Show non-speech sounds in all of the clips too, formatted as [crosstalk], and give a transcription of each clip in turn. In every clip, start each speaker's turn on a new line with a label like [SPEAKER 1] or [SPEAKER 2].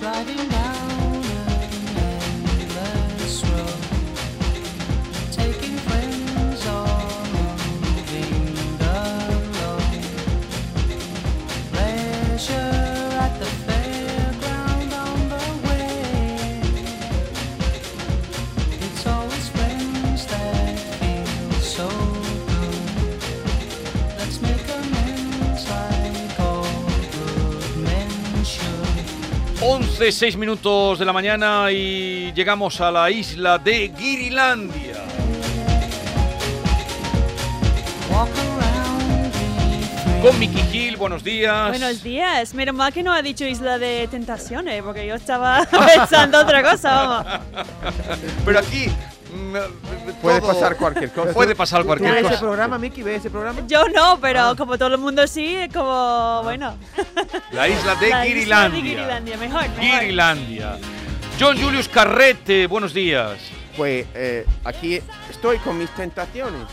[SPEAKER 1] Driving down an endless road, taking friends on a moving alone. Pleasure at the fairground on the way. It's always friends that feel so good. Let's make amends like all good men should.
[SPEAKER 2] 11, 6 minutos de la mañana y llegamos a la isla de Guirilandia.
[SPEAKER 1] Walk around me
[SPEAKER 2] Con Miki Gil, buenos días.
[SPEAKER 3] Buenos días, menos mal que no ha dicho Isla de Tentaciones, porque yo [laughs] estaba pensando otra cosa, vamos.
[SPEAKER 2] Pero aquí. mm,
[SPEAKER 4] Puede
[SPEAKER 2] todo-
[SPEAKER 4] pasar cualquier cosa.
[SPEAKER 2] Puede pasar
[SPEAKER 4] ¿Tú
[SPEAKER 2] cualquier
[SPEAKER 4] ves ese
[SPEAKER 2] cosa.
[SPEAKER 4] programa, Miki? ¿Ves ese programa?
[SPEAKER 3] Yo no, pero Ah. como todo el mundo sí, es como, bueno.
[SPEAKER 2] La isla de
[SPEAKER 3] la isla de
[SPEAKER 2] Guirilandia.
[SPEAKER 3] Guirilandia, mejor, mejor.
[SPEAKER 2] Guirilandia. John Julius Carrete, buenos días.
[SPEAKER 4] Pues eh, aquí estoy con mis tentaciones.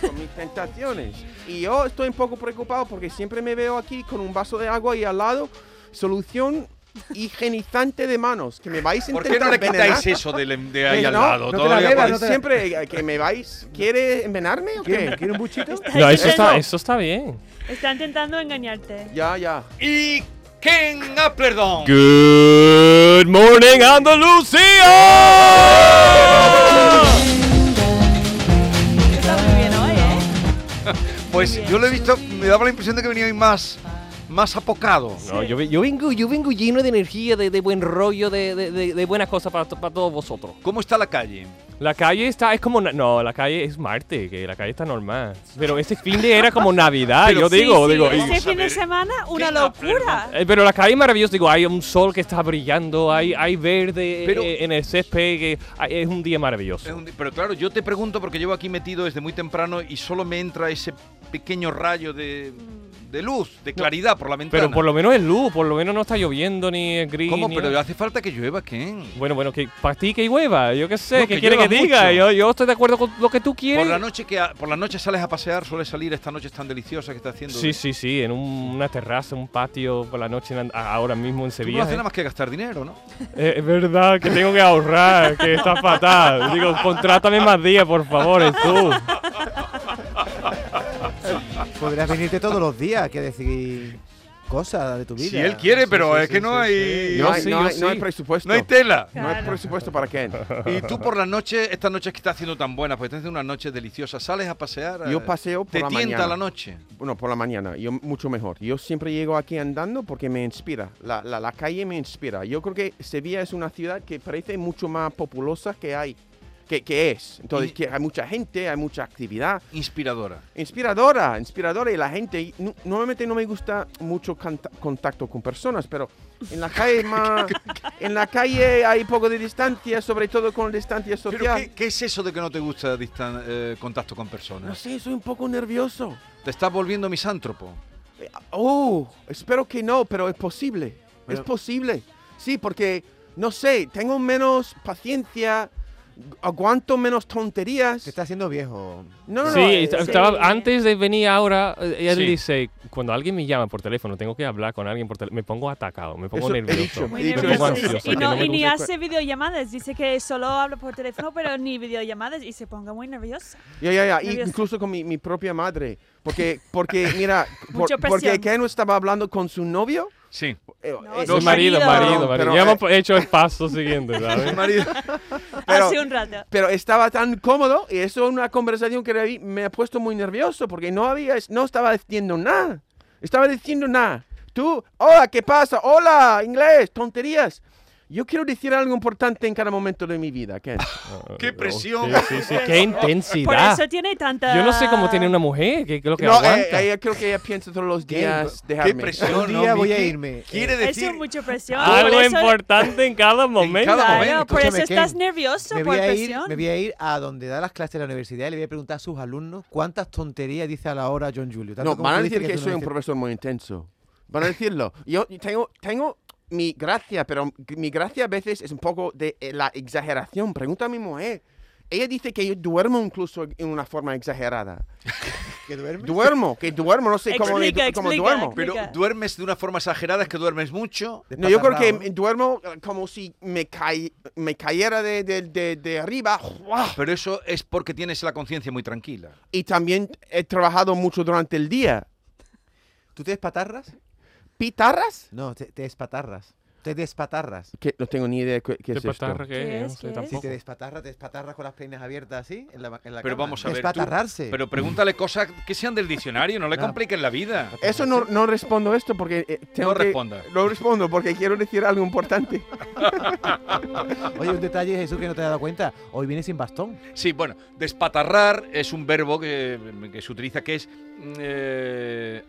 [SPEAKER 4] Con mis tentaciones. Y yo estoy un poco preocupado porque siempre me veo aquí con un vaso de agua y al lado solución higienizante de manos. Que me vais a
[SPEAKER 2] ¿Por
[SPEAKER 4] intentar
[SPEAKER 2] qué no le
[SPEAKER 4] envenenar.
[SPEAKER 2] quitáis eso de, de ahí
[SPEAKER 4] Eh,
[SPEAKER 2] al
[SPEAKER 4] no,
[SPEAKER 2] lado?
[SPEAKER 4] no
[SPEAKER 5] te la
[SPEAKER 2] Todavía
[SPEAKER 5] bebas,
[SPEAKER 2] por-
[SPEAKER 4] Pero
[SPEAKER 5] no te-
[SPEAKER 4] siempre eh, que me vais. ¿Quiere envenarme o qué?
[SPEAKER 5] ¿Quiere un buchito?
[SPEAKER 6] No, eso
[SPEAKER 3] Sí, no.
[SPEAKER 6] está, eso está bien.
[SPEAKER 3] Está intentando engañarte.
[SPEAKER 4] Ya, ya.
[SPEAKER 2] Y Ken Applerdon.
[SPEAKER 6] Good morning, Andalucía.
[SPEAKER 3] Está muy bien hoy, ¿eh?
[SPEAKER 2] Pues yo lo he visto, me daba la impresión de que venía hoy más, más apocado.
[SPEAKER 6] No, yo, ve- yo vengo, yo vengo lleno de energía, de, de buen rollo, de, de- de- de buenas cosas para, to- para todos vosotros.
[SPEAKER 2] ¿Cómo está la calle?
[SPEAKER 6] La calle está, es como, na- no, la calle es Marte, que la calle está normal. Pero ese fin de era como Navidad,
[SPEAKER 2] Pero
[SPEAKER 6] yo
[SPEAKER 2] sí,
[SPEAKER 6] digo,
[SPEAKER 3] sí,
[SPEAKER 6] digo. y-
[SPEAKER 3] Este
[SPEAKER 2] vamos a
[SPEAKER 3] fin de
[SPEAKER 2] ver.
[SPEAKER 3] semana, una
[SPEAKER 2] Venga,
[SPEAKER 3] locura.
[SPEAKER 6] eh, pero la calle es maravillosa, digo, hay un sol que está brillando, hay, hay verde
[SPEAKER 2] Pero-
[SPEAKER 6] eh, en el césped, que hay- es un día
[SPEAKER 2] Es
[SPEAKER 6] maravilloso.
[SPEAKER 2] un di- Pero claro, yo te pregunto porque llevo aquí metido desde muy temprano y solo me entra ese pequeño rayo de, de luz, de claridad por la ventana.
[SPEAKER 6] Pero por lo menos es luz, por lo menos no está lloviendo ni es gris.
[SPEAKER 2] ¿Cómo?
[SPEAKER 6] ni
[SPEAKER 2] Pero
[SPEAKER 6] nada.
[SPEAKER 2] hace falta que llueva, ¿quién?
[SPEAKER 6] Bueno, bueno, que para ti que hueva, yo qué sé,
[SPEAKER 2] No,
[SPEAKER 6] que
[SPEAKER 2] que
[SPEAKER 6] quiere que
[SPEAKER 2] llueva
[SPEAKER 6] diga?
[SPEAKER 2] mucho.
[SPEAKER 6] Yo, yo estoy de acuerdo con lo que tú quieres.
[SPEAKER 2] Por la noche que a- por la noche sales a pasear, suele salir esta noche tan deliciosa que está haciendo.
[SPEAKER 6] Sí, sí, sí, en un- una terraza, un patio por la noche, en And- a- ahora mismo en
[SPEAKER 2] Tú no
[SPEAKER 6] Sevilla.
[SPEAKER 2] haces nada más que gastar dinero, ¿no?
[SPEAKER 6] Eh, es verdad que tengo que ahorrar, que está fatal. Digo, contrátame más días, por favor, tú.
[SPEAKER 5] Podrías venirte todos los días que decir cosas de tu vida.
[SPEAKER 2] Si él quiere, pero
[SPEAKER 5] Sí, sí,
[SPEAKER 2] es que
[SPEAKER 5] sí,
[SPEAKER 2] no
[SPEAKER 5] sí,
[SPEAKER 2] hay.
[SPEAKER 6] Yo
[SPEAKER 4] No hay, no
[SPEAKER 6] sí, yo
[SPEAKER 4] hay- no hay
[SPEAKER 6] sí.
[SPEAKER 4] presupuesto.
[SPEAKER 2] No hay tela.
[SPEAKER 4] No hay
[SPEAKER 3] Claro.
[SPEAKER 4] presupuesto para Ken.
[SPEAKER 2] Y tú por la noche, estas noches que está haciendo tan buenas, porque está haciendo unas noches deliciosas, sales a pasear.
[SPEAKER 4] Yo
[SPEAKER 2] eh,
[SPEAKER 4] paseo por
[SPEAKER 2] Te
[SPEAKER 4] la
[SPEAKER 2] tienta
[SPEAKER 4] mañana.
[SPEAKER 2] la noche.
[SPEAKER 4] Bueno, por la mañana, yo mucho mejor. Yo siempre llego aquí andando porque me inspira. La, la, la calle me inspira. Yo creo que Sevilla es una ciudad que parece mucho más populosa que hay. Que, que es. Entonces,
[SPEAKER 2] Y-
[SPEAKER 4] que hay mucha gente, hay mucha actividad.
[SPEAKER 2] Inspiradora.
[SPEAKER 4] Inspiradora, inspiradora. Y la gente. y nu- normalmente no me gusta mucho canta- contacto con personas, pero en la calle
[SPEAKER 2] [laughs]
[SPEAKER 4] más. en la calle hay poco de distancia, sobre todo con distancia
[SPEAKER 2] ¿Pero
[SPEAKER 4] social.
[SPEAKER 2] qué, qué es eso de que no te gusta distan- eh, contacto con
[SPEAKER 4] No
[SPEAKER 2] personas?
[SPEAKER 4] sé, soy un poco nervioso.
[SPEAKER 2] Te estás volviendo misántropo.
[SPEAKER 4] Oh, espero que no, pero es posible.
[SPEAKER 2] Pero-
[SPEAKER 4] es posible. Sí, porque, no sé, tengo menos paciencia, aguanto menos tonterías.
[SPEAKER 5] Te está haciendo viejo.
[SPEAKER 4] No, no, no.
[SPEAKER 6] Sí,
[SPEAKER 4] eh,
[SPEAKER 6] est-
[SPEAKER 4] sí.
[SPEAKER 6] estaba, antes de venir ahora, eh, él
[SPEAKER 2] Sí.
[SPEAKER 6] dice, cuando alguien me llama por teléfono, tengo que hablar con alguien por teléfono, me pongo atacado, me pongo
[SPEAKER 4] Eso he
[SPEAKER 6] nervioso.
[SPEAKER 4] dicho.
[SPEAKER 3] Muy
[SPEAKER 4] Sí, pero
[SPEAKER 3] nervioso.
[SPEAKER 6] es ansioso,
[SPEAKER 3] y,
[SPEAKER 6] que
[SPEAKER 3] no-
[SPEAKER 6] no me
[SPEAKER 3] y
[SPEAKER 6] pues.
[SPEAKER 3] ni
[SPEAKER 4] gusta.
[SPEAKER 3] hace videollamadas, dice que solo habla por teléfono, pero ni videollamadas y se ponga muy nerviosa.
[SPEAKER 4] Ya, ya, ya. y
[SPEAKER 3] Nervioso.
[SPEAKER 4] incluso con mi, mi propia madre. Porque,
[SPEAKER 3] [laughs]
[SPEAKER 4] porque mira, por-
[SPEAKER 3] Mucha
[SPEAKER 4] porque
[SPEAKER 3] presión.
[SPEAKER 4] Ken estaba hablando con su novio.
[SPEAKER 2] Sí.
[SPEAKER 4] eh,
[SPEAKER 3] No,
[SPEAKER 4] eh,
[SPEAKER 6] Sí,
[SPEAKER 3] su
[SPEAKER 6] marido,
[SPEAKER 3] marido.
[SPEAKER 6] marido, marido.
[SPEAKER 4] Pero,
[SPEAKER 6] Ya
[SPEAKER 4] eh, [laughs]
[SPEAKER 6] hemos hecho el paso siguiente, ¿sabes?
[SPEAKER 3] [laughs]
[SPEAKER 4] Pero-
[SPEAKER 3] Hace un rato.
[SPEAKER 4] pero estaba tan cómodo y eso es una conversación que ahí me ha puesto muy nervioso porque no había, no estaba diciendo nada. Estaba diciendo nada. Tú, hola, ¿qué pasa? Hola, inglés, tonterías. Yo quiero decir algo importante en cada momento de mi vida, Ken.
[SPEAKER 2] ¡Qué presión!
[SPEAKER 6] Sí, sí, sí, ¡Qué
[SPEAKER 3] Por
[SPEAKER 6] intensidad!
[SPEAKER 3] eso tiene tanta.
[SPEAKER 6] Yo no sé cómo tiene una mujer, que, que lo que
[SPEAKER 4] No, eh,
[SPEAKER 6] aguanta.
[SPEAKER 4] ella creo que ella piensa todos los días
[SPEAKER 2] ¡Qué
[SPEAKER 4] dejarme.
[SPEAKER 2] presión!
[SPEAKER 5] Un
[SPEAKER 2] ¿no,
[SPEAKER 5] día voy a
[SPEAKER 2] Miki?
[SPEAKER 5] irme.
[SPEAKER 2] Quiere
[SPEAKER 3] Eso
[SPEAKER 2] decir.
[SPEAKER 3] es mucha presión.
[SPEAKER 6] Algo
[SPEAKER 3] por eso-
[SPEAKER 6] importante en cada momento.
[SPEAKER 2] cada
[SPEAKER 3] Claro,
[SPEAKER 2] momento.
[SPEAKER 3] por eso
[SPEAKER 5] Escúchame,
[SPEAKER 3] estás
[SPEAKER 5] Ken,
[SPEAKER 3] nervioso,
[SPEAKER 5] Me voy,
[SPEAKER 3] por
[SPEAKER 5] a ir,
[SPEAKER 3] presión.
[SPEAKER 5] me voy a ir a donde da las clases de la universidad y le voy a preguntar a sus alumnos cuántas tonterías dice a la hora John Julio. Tanto
[SPEAKER 4] No,
[SPEAKER 5] como
[SPEAKER 4] van a
[SPEAKER 5] tú
[SPEAKER 4] decir
[SPEAKER 5] dices
[SPEAKER 4] que
[SPEAKER 5] tú no
[SPEAKER 4] soy un
[SPEAKER 5] dices-
[SPEAKER 4] profesor muy intenso. Van a decirlo. Yo tengo, tengo mi gracia, pero mi gracia a veces es un poco de eh, la exageración. Pregunta a mi mujer. Ella dice que yo duermo incluso en una forma exagerada.
[SPEAKER 5] ¿Que duerme?
[SPEAKER 4] Duermo, que duermo, no sé cómo,
[SPEAKER 3] Explica,
[SPEAKER 4] du- cómo
[SPEAKER 3] explica,
[SPEAKER 4] duermo.
[SPEAKER 2] Pero
[SPEAKER 3] Explica.
[SPEAKER 2] duermes de una forma exagerada, es que duermes mucho.
[SPEAKER 4] No, yo creo que me- duermo eh, como si me, cai- me cayera de, de- de- de arriba. ¡Guau!
[SPEAKER 2] Pero eso es porque tienes la conciencia muy tranquila.
[SPEAKER 4] Y también he trabajado mucho durante el día.
[SPEAKER 5] ¿Tú te despatarras?
[SPEAKER 4] ¿Pitarras?
[SPEAKER 5] No, te, te despatarras. Te despatarras.
[SPEAKER 4] Que no tengo ni idea de qué, qué es
[SPEAKER 6] ¿Te
[SPEAKER 4] esto.
[SPEAKER 6] patarra
[SPEAKER 3] ¿Qué
[SPEAKER 6] qué?
[SPEAKER 3] es?
[SPEAKER 6] No sé
[SPEAKER 3] ¿Qué
[SPEAKER 5] Si
[SPEAKER 6] tampoco.
[SPEAKER 5] te despatarras, te despatarras con las piernas abiertas así en la, en la
[SPEAKER 2] Pero
[SPEAKER 5] cama.
[SPEAKER 2] vamos a ver, tú-
[SPEAKER 5] Despatarrarse.
[SPEAKER 2] Pero pregúntale cosas que sean del diccionario, no le
[SPEAKER 5] No.
[SPEAKER 2] compliquen la vida.
[SPEAKER 4] Eso no, no respondo esto porque eh, tengo
[SPEAKER 2] No
[SPEAKER 4] que-
[SPEAKER 2] responda.
[SPEAKER 4] No respondo porque quiero decir algo importante.
[SPEAKER 5] Oye, un detalle, Jesús, que no te has dado cuenta. Hoy viene sin bastón.
[SPEAKER 2] Sí, bueno, despatarrar es un verbo que, que se utiliza que es mm, eh,